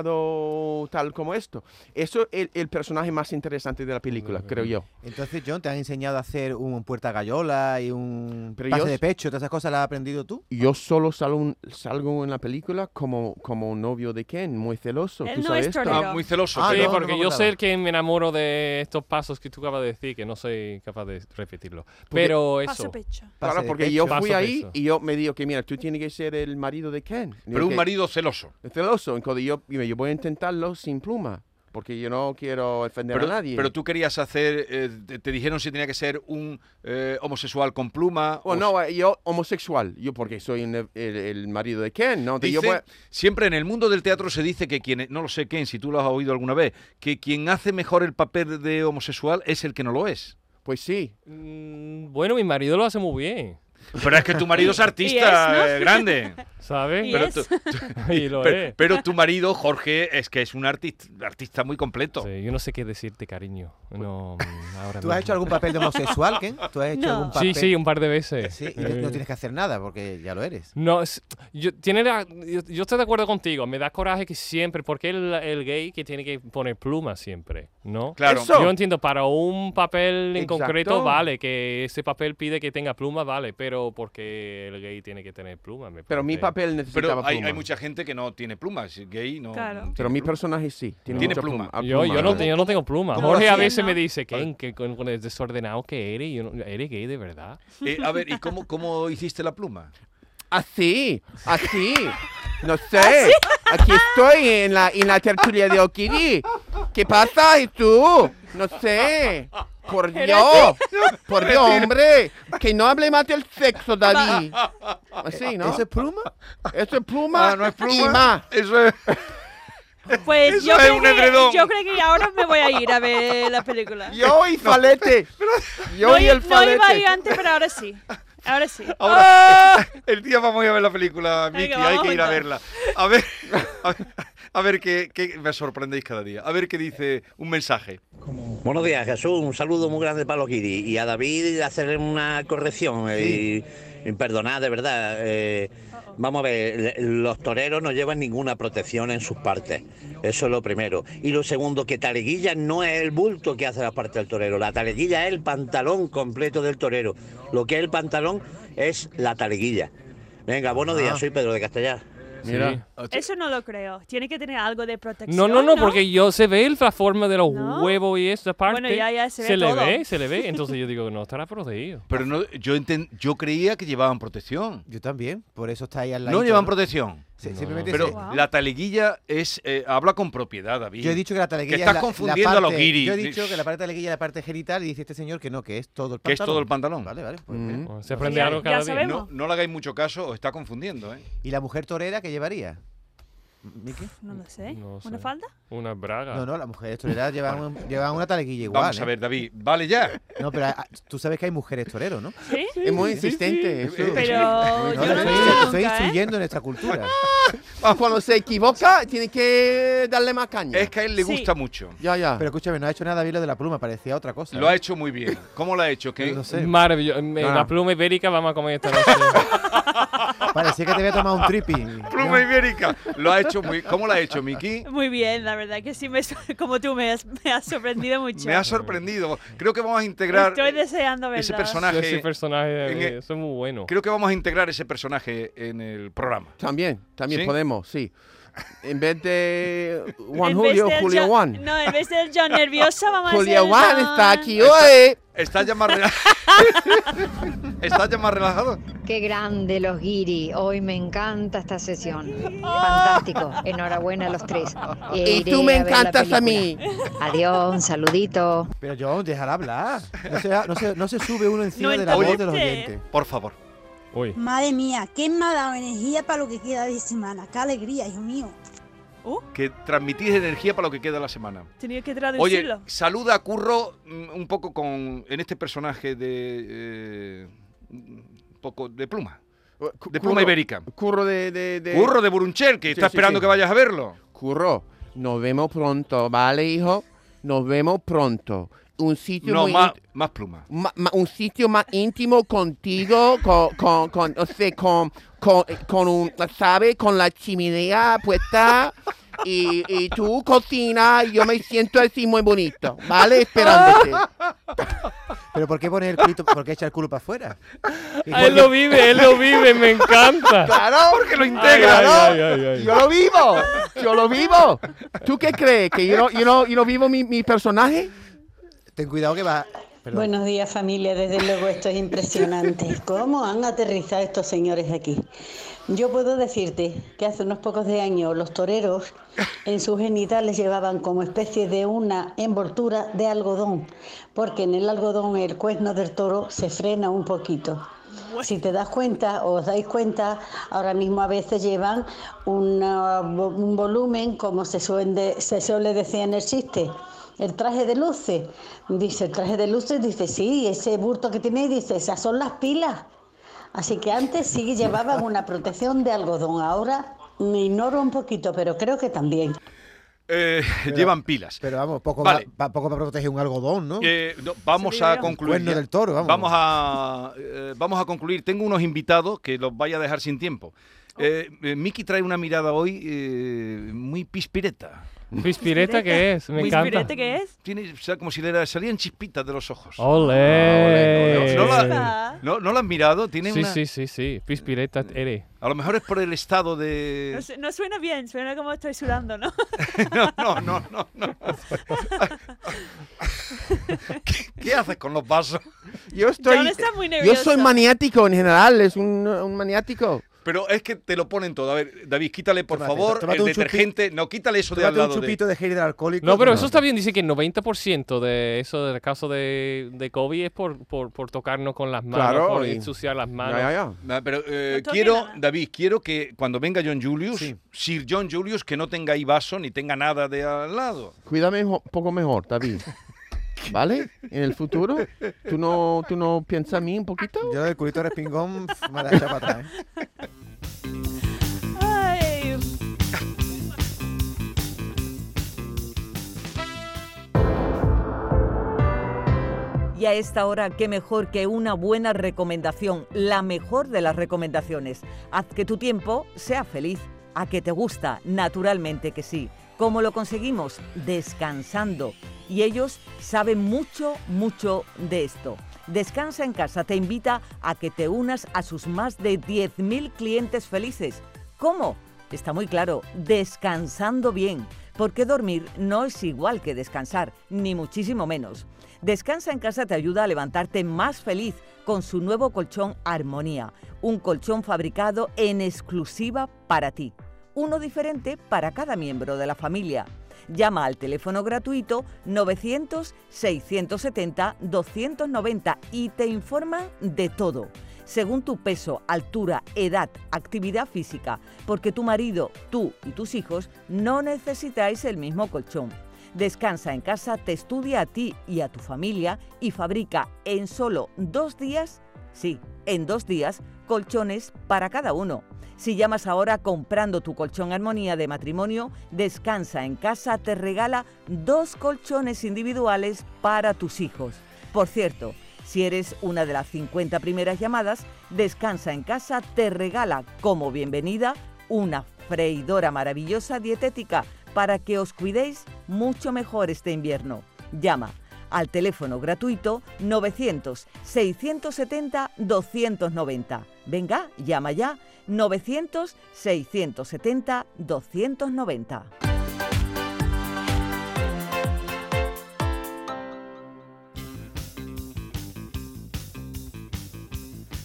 [SPEAKER 4] triunfado tal como esto. Eso es el personaje más interesante de la película, creo yo.
[SPEAKER 5] Entonces, John, te han enseñado a hacer un puerta gallola y un
[SPEAKER 4] Pero
[SPEAKER 5] pase
[SPEAKER 4] yo-
[SPEAKER 5] de pecho, todas esas cosas las has aprendido tú.
[SPEAKER 4] Yo solo salgo, salgo en la película como, como novio de Ken, muy celoso.
[SPEAKER 3] Él
[SPEAKER 4] ¿tú
[SPEAKER 3] no
[SPEAKER 4] sabes
[SPEAKER 3] es
[SPEAKER 4] esto?
[SPEAKER 3] torero.
[SPEAKER 2] Ah, muy celoso.
[SPEAKER 5] Ah,
[SPEAKER 6] Sí,
[SPEAKER 2] pero-
[SPEAKER 5] no,
[SPEAKER 6] porque
[SPEAKER 5] no me
[SPEAKER 6] yo
[SPEAKER 5] acordaba.
[SPEAKER 6] sé que me enamoro de estos pasos que tú acabas de decir, que no soy capaz de repetirlo. Pero
[SPEAKER 3] Paso
[SPEAKER 6] eso.
[SPEAKER 3] pecho.
[SPEAKER 5] Pase
[SPEAKER 4] Claro,
[SPEAKER 5] de
[SPEAKER 4] porque
[SPEAKER 5] pecho.
[SPEAKER 4] yo
[SPEAKER 6] Paso
[SPEAKER 4] fui
[SPEAKER 6] de
[SPEAKER 4] ahí
[SPEAKER 6] peso.
[SPEAKER 4] y yo me digo que mira, tú tienes que ser el marido de Ken. Y
[SPEAKER 2] Pero
[SPEAKER 4] que-
[SPEAKER 2] un marido celoso.
[SPEAKER 4] celoso, entonces yo, y me- yo voy a intentarlo sin pluma, porque yo no quiero ofender
[SPEAKER 2] Pero,
[SPEAKER 4] a nadie.
[SPEAKER 2] pero tú querías hacer. eh, te, te dijeron si tenía que ser un eh, homosexual con pluma.
[SPEAKER 4] o
[SPEAKER 2] o
[SPEAKER 4] no, eh, yo homosexual, yo porque soy un- el, el marido de Ken, ¿no? Entonces yo
[SPEAKER 2] Dice-
[SPEAKER 4] voy-
[SPEAKER 2] siempre en el mundo del teatro se dice que quien, no lo sé quién, si tú lo has oído alguna vez, que quien hace mejor el papel de homosexual es el que no lo es.
[SPEAKER 4] pues sí,
[SPEAKER 6] Mm, Bueno, mi marido lo hace muy bien,
[SPEAKER 2] Pero es que tu marido es artista
[SPEAKER 3] y es, ¿no?
[SPEAKER 2] eh, [laughs] grande.
[SPEAKER 6] ¿sabes?
[SPEAKER 3] Y
[SPEAKER 2] Pero,
[SPEAKER 3] es.
[SPEAKER 2] tu,
[SPEAKER 5] [laughs]
[SPEAKER 6] Y lo
[SPEAKER 2] pero,
[SPEAKER 6] es.
[SPEAKER 2] pero tu marido, Jorge, es que es un artista, artista muy completo.
[SPEAKER 6] Sí, yo no sé qué decirte, cariño. No, mm, ahora
[SPEAKER 5] Pues, ¿Tú has
[SPEAKER 6] mismo.
[SPEAKER 5] hecho algún papel
[SPEAKER 2] [laughs]
[SPEAKER 5] de homosexual, Ken? ¿Tú has hecho
[SPEAKER 3] No.
[SPEAKER 5] algún
[SPEAKER 6] Sí,
[SPEAKER 5] papel?
[SPEAKER 6] sí, un par de veces. Eh,
[SPEAKER 5] Sí, y no, no tienes que hacer nada porque ya lo eres.
[SPEAKER 6] No, es- yo, tiene la- yo, yo estoy de acuerdo contigo. Me da coraje que siempre, porque el, el gay que tiene que poner pluma siempre, ¿no?
[SPEAKER 2] Claro.
[SPEAKER 4] Eso.
[SPEAKER 6] Yo entiendo, para un papel en
[SPEAKER 4] Exacto.
[SPEAKER 6] concreto, vale, que ese papel pide que tenga pluma, vale, pero porque el gay tiene que tener pluma. me
[SPEAKER 4] pero mi
[SPEAKER 6] parece.
[SPEAKER 4] papel necesitaba
[SPEAKER 2] Pero hay,
[SPEAKER 4] pluma.
[SPEAKER 2] hay mucha gente que no tiene plumas, gay no.
[SPEAKER 3] Claro.
[SPEAKER 2] tiene
[SPEAKER 4] Pero mi
[SPEAKER 2] pluma.
[SPEAKER 4] personaje sí. Tiene,
[SPEAKER 2] Tiene
[SPEAKER 4] mucha
[SPEAKER 2] pluma.
[SPEAKER 4] Ah,
[SPEAKER 6] Yo, yo, no,
[SPEAKER 4] vale.
[SPEAKER 6] yo no tengo pluma.
[SPEAKER 5] ¿Cómo lo
[SPEAKER 6] Jorge a
[SPEAKER 3] hacías,
[SPEAKER 6] veces
[SPEAKER 3] no?
[SPEAKER 6] me dice, Ken, que con, con el desordenado que eres, yo no- eres gay de verdad.
[SPEAKER 2] Eh, a ver, ¿y cómo, cómo hiciste la pluma?
[SPEAKER 4] Así, así. [laughs] No sé. Aquí estoy en la, en la tertulia de Okiri. ¿Qué pasa? ¿Y tú? No sé. Por Dios. Por Dios, hombre. Que no hable más del sexo, David. Así, ¿no?
[SPEAKER 5] Ah, ¿Eso es pluma?
[SPEAKER 4] Eso Ah, es pluma.
[SPEAKER 2] Ah, no es
[SPEAKER 4] Y más.
[SPEAKER 2] pluma. Eso es.
[SPEAKER 3] Pues
[SPEAKER 2] Eso
[SPEAKER 3] yo,
[SPEAKER 2] es
[SPEAKER 3] creo
[SPEAKER 2] un
[SPEAKER 3] que-
[SPEAKER 2] edredón.
[SPEAKER 3] yo creo que ahora me voy a ir a ver la película.
[SPEAKER 4] [laughs] Yo y Falete. Yo
[SPEAKER 3] no,
[SPEAKER 4] y
[SPEAKER 3] i-
[SPEAKER 4] el
[SPEAKER 3] no iba a
[SPEAKER 4] Falete.
[SPEAKER 3] ir antes, pero ahora sí. Ahora sí.
[SPEAKER 2] Ahora, [laughs] el día vamos a ir a ver la película, Miki, hay
[SPEAKER 3] Ah. vamos
[SPEAKER 2] que ir a
[SPEAKER 3] juntos.
[SPEAKER 2] verla. A ver, a ver, a ver qué, qué- me sorprendéis cada día. A ver qué dice un mensaje.
[SPEAKER 7] Buenos días, Jesús. Un saludo muy grande para los guiris. Y a David hacerle una corrección. eh, Y, y perdonad, de verdad. eh, vamos a ver, le- los toreros no llevan ninguna protección en sus partes. Eso es lo primero. Y lo segundo, que taleguilla no es el bulto que hace la parte del torero. La taleguilla es el pantalón completo del torero. Lo que es el pantalón es la taleguilla. Venga, buenos días. Soy Pedro de Castellar.
[SPEAKER 6] Mira.
[SPEAKER 3] Eso no lo creo. Tiene que tener algo de protección.
[SPEAKER 6] No, no, no, porque yo se ve el transforma de los
[SPEAKER 3] ¿No?
[SPEAKER 6] huevos y esa parte.
[SPEAKER 3] ya- ya se ve
[SPEAKER 6] le
[SPEAKER 3] todo.
[SPEAKER 6] ve, se
[SPEAKER 3] [laughs]
[SPEAKER 6] le ve. Entonces yo digo, no, estará protegido.
[SPEAKER 2] Pero no, yo, enten- yo creía que llevaban protección.
[SPEAKER 5] Yo también, por eso está ahí al lado.
[SPEAKER 2] No llevan protección.
[SPEAKER 5] Simplemente
[SPEAKER 2] Pero
[SPEAKER 5] se-
[SPEAKER 3] Wow.
[SPEAKER 2] la taleguilla es. eh, habla con propiedad, David.
[SPEAKER 5] Yo he dicho que la taleguilla
[SPEAKER 2] estás
[SPEAKER 5] es la- la
[SPEAKER 2] confundiendo a los
[SPEAKER 5] parte-
[SPEAKER 2] guiris.
[SPEAKER 5] Yo he dicho que la parte taleguilla es la parte genital y dice este señor que no, que es todo el pantalón.
[SPEAKER 2] Que es todo el pantalón.
[SPEAKER 5] Vale, vale. pues,
[SPEAKER 4] Mm.
[SPEAKER 5] mira.
[SPEAKER 6] Se aprende
[SPEAKER 3] Ya-
[SPEAKER 6] algo
[SPEAKER 3] ya
[SPEAKER 6] cada día.
[SPEAKER 3] sabemos.
[SPEAKER 2] No, no le hagáis mucho caso, os está confundiendo. ¿eh?
[SPEAKER 5] ¿Y la mujer torera qué llevaría? ¿Miki?
[SPEAKER 3] No lo sé.
[SPEAKER 6] No
[SPEAKER 3] ¿Una
[SPEAKER 6] sé.
[SPEAKER 3] falda?
[SPEAKER 6] Una braga.
[SPEAKER 5] No, no, las mujeres toreras llevan, un- llevan una taleguilla igual.
[SPEAKER 2] Vamos a
[SPEAKER 5] ¿eh?
[SPEAKER 2] ver, David. Vale ya.
[SPEAKER 5] No, pero ah, tú sabes que hay mujeres toreros, ¿no?
[SPEAKER 3] Sí.
[SPEAKER 4] Es muy insistente. eso.
[SPEAKER 2] Sí.
[SPEAKER 3] Pero
[SPEAKER 5] No,
[SPEAKER 3] yo no
[SPEAKER 5] estoy,
[SPEAKER 3] me he dado
[SPEAKER 5] estoy
[SPEAKER 3] nunca, ¿eh?
[SPEAKER 5] instruyendo en nuestra cultura.
[SPEAKER 4] Cuando se equivoca, tiene que darle más caña.
[SPEAKER 2] Es que a él le
[SPEAKER 3] Sí.
[SPEAKER 2] gusta mucho.
[SPEAKER 4] Ya, ya.
[SPEAKER 5] Pero escúchame, no ha hecho nada bien lo de la pluma, parecía otra cosa.
[SPEAKER 2] Lo ha
[SPEAKER 5] ¿eh?
[SPEAKER 2] hecho muy bien. ¿Cómo lo ha hecho? Que
[SPEAKER 5] No sé,
[SPEAKER 6] Maravilloso.
[SPEAKER 5] No,
[SPEAKER 6] La
[SPEAKER 5] no.
[SPEAKER 6] pluma ibérica vamos a comer esta noche.
[SPEAKER 5] parecía que te había tomado un tripi.
[SPEAKER 2] Pluma ibérica. Lo ha hecho muy. ¿Cómo lo ha hecho, Miki?
[SPEAKER 3] Muy bien, la verdad que sí, me, so- [laughs] como tú me has, me has sorprendido mucho.
[SPEAKER 2] Me ha sorprendido. Creo que vamos a integrar
[SPEAKER 3] Estoy deseando verla.
[SPEAKER 2] ese
[SPEAKER 6] Yo ese
[SPEAKER 2] personaje.
[SPEAKER 6] personaje, de
[SPEAKER 2] en
[SPEAKER 6] mí,
[SPEAKER 2] el-
[SPEAKER 6] eso es muy bueno.
[SPEAKER 2] Creo que vamos a integrar ese personaje en el programa.
[SPEAKER 4] También, también
[SPEAKER 2] ¿Sí?
[SPEAKER 4] podemos, sí. En vez
[SPEAKER 3] [laughs]
[SPEAKER 4] de Juan
[SPEAKER 3] En vez
[SPEAKER 4] Julio,
[SPEAKER 3] del
[SPEAKER 4] Julio
[SPEAKER 3] John-
[SPEAKER 4] Juan.
[SPEAKER 3] No, en vez del John nerviosa, vamos a
[SPEAKER 4] Julio
[SPEAKER 3] hacer el
[SPEAKER 4] Juan
[SPEAKER 3] John-
[SPEAKER 4] está aquí hoy.
[SPEAKER 2] ¿Estás ya más relajado? ¿Estás ya más relajado?
[SPEAKER 8] Qué grande los guiri. Hoy me encanta esta sesión. Fantástico. Enhorabuena a los tres.
[SPEAKER 4] Y
[SPEAKER 8] Iré
[SPEAKER 4] tú me
[SPEAKER 8] a ver la
[SPEAKER 4] encantas a mí.
[SPEAKER 8] película. Adiós, un saludito.
[SPEAKER 5] Pero John, déjala hablar. No se, no se, no se sube uno encima
[SPEAKER 3] No
[SPEAKER 5] de la voz de los
[SPEAKER 3] interrumpe.
[SPEAKER 5] oyentes.
[SPEAKER 2] Por favor.
[SPEAKER 6] Uy.
[SPEAKER 9] Madre mía, qué me ha dado energía para lo que queda de semana. Qué alegría, hijo mío.
[SPEAKER 2] Que transmitís energía para lo que queda la semana.
[SPEAKER 3] Tenía que
[SPEAKER 2] Oye,
[SPEAKER 3] traducirlo.
[SPEAKER 2] saluda a Curro mm, un poco con. en este personaje de. eh, un poco de pluma.
[SPEAKER 4] Eh, Cu-
[SPEAKER 2] De pluma
[SPEAKER 4] curro-
[SPEAKER 2] ibérica.
[SPEAKER 4] Curro de, de, de-
[SPEAKER 2] Curro de Burunchel, que
[SPEAKER 4] Sí,
[SPEAKER 2] está
[SPEAKER 4] sí,
[SPEAKER 2] esperando
[SPEAKER 4] sí.
[SPEAKER 2] que vayas a verlo.
[SPEAKER 4] Curro, nos vemos pronto, ¿vale, hijo? Nos vemos pronto. Un sitio
[SPEAKER 2] No,
[SPEAKER 4] muy
[SPEAKER 2] más,
[SPEAKER 4] ínt-
[SPEAKER 2] más pluma.
[SPEAKER 4] ma- ma- un sitio más íntimo contigo, con, con, con, o sea, con, con, con un, ¿sabes? Con la chimenea puesta. Y, y tú cocinas, y yo me siento así muy bonito, ¿vale? Esperándote.
[SPEAKER 5] Pero ¿por qué poner el culito, por qué echar el culo para afuera? ¿Y
[SPEAKER 6] Ah, Él lo vive, él lo vive, me [laughs] encanta.
[SPEAKER 4] ¡Claro! Porque lo integra,
[SPEAKER 6] Ay,
[SPEAKER 4] ¿no?
[SPEAKER 6] ay, ay, ay,
[SPEAKER 4] [laughs]
[SPEAKER 6] ay.
[SPEAKER 4] Yo lo vivo, yo lo vivo. ¿Tú qué crees? ¿Que yo no, yo no, yo no vivo mi, mi personaje?
[SPEAKER 5] Ten cuidado que va. Perdón.
[SPEAKER 10] Buenos días familia, desde luego esto es impresionante. ¿Cómo han aterrizado estos señores aquí? Yo puedo decirte que hace unos pocos de años los toreros en sus genitales llevaban como especie de una envoltura de algodón, porque en el algodón el cuerno del toro se frena un poquito. Si te das cuenta o os dais cuenta, ahora mismo a veces llevan una- un volumen, como se, suende- se suele decir en el chiste, el traje de luces. Dice, el traje de luces, dice, sí, ese bulto que tiene, dice, esas son las pilas. Así que antes sí llevaban una protección de algodón, ahora me ignoro un poquito, pero creo que también.
[SPEAKER 2] Eh, llevan pilas.
[SPEAKER 5] Pero vamos, poco,
[SPEAKER 2] Vale.
[SPEAKER 5] va- pa- poco para proteger un algodón, ¿no?
[SPEAKER 2] Eh, no, vamos
[SPEAKER 3] Sí,
[SPEAKER 2] a
[SPEAKER 3] digamos.
[SPEAKER 2] concluir.
[SPEAKER 5] Cuerno
[SPEAKER 2] ya.
[SPEAKER 5] del toro, vamos.
[SPEAKER 2] a, eh, vamos a concluir. Tengo unos invitados que los vaya a dejar sin tiempo. Eh, eh, Miki trae una mirada hoy eh, muy pispireta.
[SPEAKER 6] ¿Pispireta qué es? Me
[SPEAKER 2] Muy
[SPEAKER 6] encanta.
[SPEAKER 3] ¿Pirete qué es?
[SPEAKER 2] Tiene, o sea, como si le era- salían chispitas de los ojos.
[SPEAKER 6] Ah, ¡Ole!
[SPEAKER 2] ¿No, la, no, no la has mirado? Tiene
[SPEAKER 6] Sí,
[SPEAKER 2] una-
[SPEAKER 6] sí, sí, sí. Pispireta eres.
[SPEAKER 2] A lo mejor es por el estado de...
[SPEAKER 3] No, su- no suena bien, suena como estoy sudando, ¿no?
[SPEAKER 2] [laughs] No, no, no, no. no. ¿Qué, qué haces con los vasos?
[SPEAKER 4] Yo estoy.
[SPEAKER 3] John está muy
[SPEAKER 4] yo
[SPEAKER 3] nervioso.
[SPEAKER 4] soy maniático en general, es un, un maniático.
[SPEAKER 2] Pero es que te lo ponen todo. A ver, David, quítale, por
[SPEAKER 5] Tómate,
[SPEAKER 2] favor,
[SPEAKER 5] tómate
[SPEAKER 2] el
[SPEAKER 5] un chupi-
[SPEAKER 2] detergente. No, quítale eso de al
[SPEAKER 5] Tómate un
[SPEAKER 2] lado de-
[SPEAKER 5] chupito de gel alcohólico.
[SPEAKER 6] No, pero eso está bien. Dice que el 90% de eso del caso de, de COVID es por, por, por tocarnos con las manos,
[SPEAKER 4] Claro,
[SPEAKER 6] por
[SPEAKER 4] y-
[SPEAKER 6] ensuciar las manos.
[SPEAKER 4] Ya, ya, ya.
[SPEAKER 2] Ah, Pero eh,
[SPEAKER 3] No toque
[SPEAKER 2] quiero,
[SPEAKER 3] nada.
[SPEAKER 2] David, quiero que cuando venga John Julius,
[SPEAKER 5] Sí.
[SPEAKER 2] Sir John Julius, que no tenga ahí vaso ni tenga nada de al lado.
[SPEAKER 4] Cuídame un poco mejor, David. ¿Vale? En el futuro, ¿tú no, tú no piensas a mí un poquito?
[SPEAKER 5] Yo del culito respingón [laughs] pf, me la he echado para atrás. ¿eh?
[SPEAKER 3] Ay,
[SPEAKER 11] Y a esta hora, qué mejor que una buena recomendación, la mejor de las recomendaciones. Haz que tu tiempo sea feliz, a que te gusta, naturalmente que sí. ¿Cómo lo conseguimos? Descansando. Y ellos saben mucho, mucho de esto. Descansa en casa te invita a que te unas a sus más de 10.000 clientes felices. ¿Cómo? Está muy claro, descansando bien, porque dormir no es igual que descansar, ni muchísimo menos. Descansa en casa te ayuda a levantarte más feliz con su nuevo colchón Armonía, un colchón fabricado en exclusiva para ti, uno diferente para cada miembro de la familia. Llama al teléfono gratuito 900-670-290 y te informan de todo, según tu peso, altura, edad, actividad física, porque tu marido, tú y tus hijos no necesitáis el mismo colchón. Descansa en casa, te estudia a ti y a tu familia y fabrica en solo dos días Sí, en dos días, colchones para cada uno. Si llamas ahora comprando tu colchón Armonía de matrimonio, Descansa en casa te regala dos colchones individuales para tus hijos. Por cierto, si eres una de las 50 primeras llamadas, Descansa en casa te regala como bienvenida una freidora maravillosa dietética para que os cuidéis mucho mejor este invierno. Llama al teléfono gratuito 900-670-290. Venga, llama ya 900-670-290.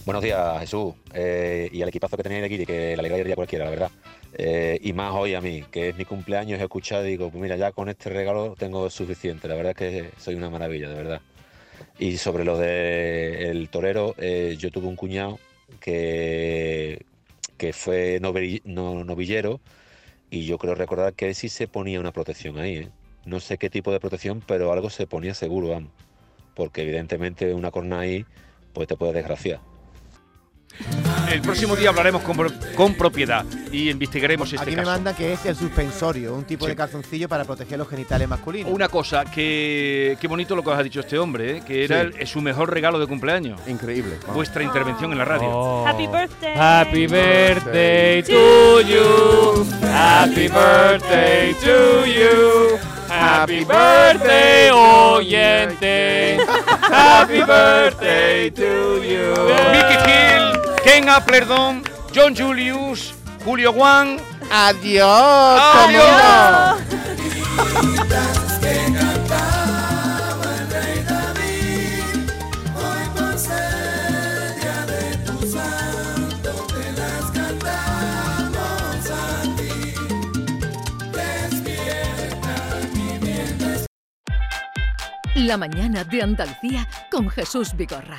[SPEAKER 7] Buenos días, Jesús, eh, y al equipazo que tenéis aquí, que le alegráis el día a cualquiera, la verdad. Eh, y más hoy a mí, que es mi cumpleaños, he escuchado y digo, pues mira, ya con este regalo tengo suficiente, la verdad es que soy una maravilla, de verdad. Y sobre lo del torero, eh, yo tuve un cuñado que, que fue noveri- no- novillero y yo creo recordar que él sí se ponía una protección ahí, ¿eh? No sé qué tipo de protección, pero algo se ponía seguro, vamos. Porque evidentemente una corna ahí, pues te puede desgraciar.
[SPEAKER 2] El próximo día hablaremos con, pro- con propiedad y investigaremos este
[SPEAKER 5] Aquí me
[SPEAKER 2] caso.
[SPEAKER 5] manda que es el suspensorio, un tipo de calzoncillo para proteger los genitales masculinos.
[SPEAKER 2] Una cosa, que qué bonito lo que os ha dicho este hombre, ¿eh? que era
[SPEAKER 4] Sí.
[SPEAKER 2] el- su mejor regalo de cumpleaños.
[SPEAKER 4] Increíble. vamos.
[SPEAKER 2] Vuestra intervención en la radio.
[SPEAKER 6] Oh.
[SPEAKER 3] Happy birthday.
[SPEAKER 6] Happy birthday to you. Happy birthday to you. Happy birthday, oyente. Happy birthday to you.
[SPEAKER 2] Mickey Hill, Ken Applerdon, John Julius, Julio Juan.
[SPEAKER 4] Adiós,
[SPEAKER 2] Adiós.
[SPEAKER 4] Tomundo.
[SPEAKER 12] La mañana de Andalucía con Jesús Vigorra.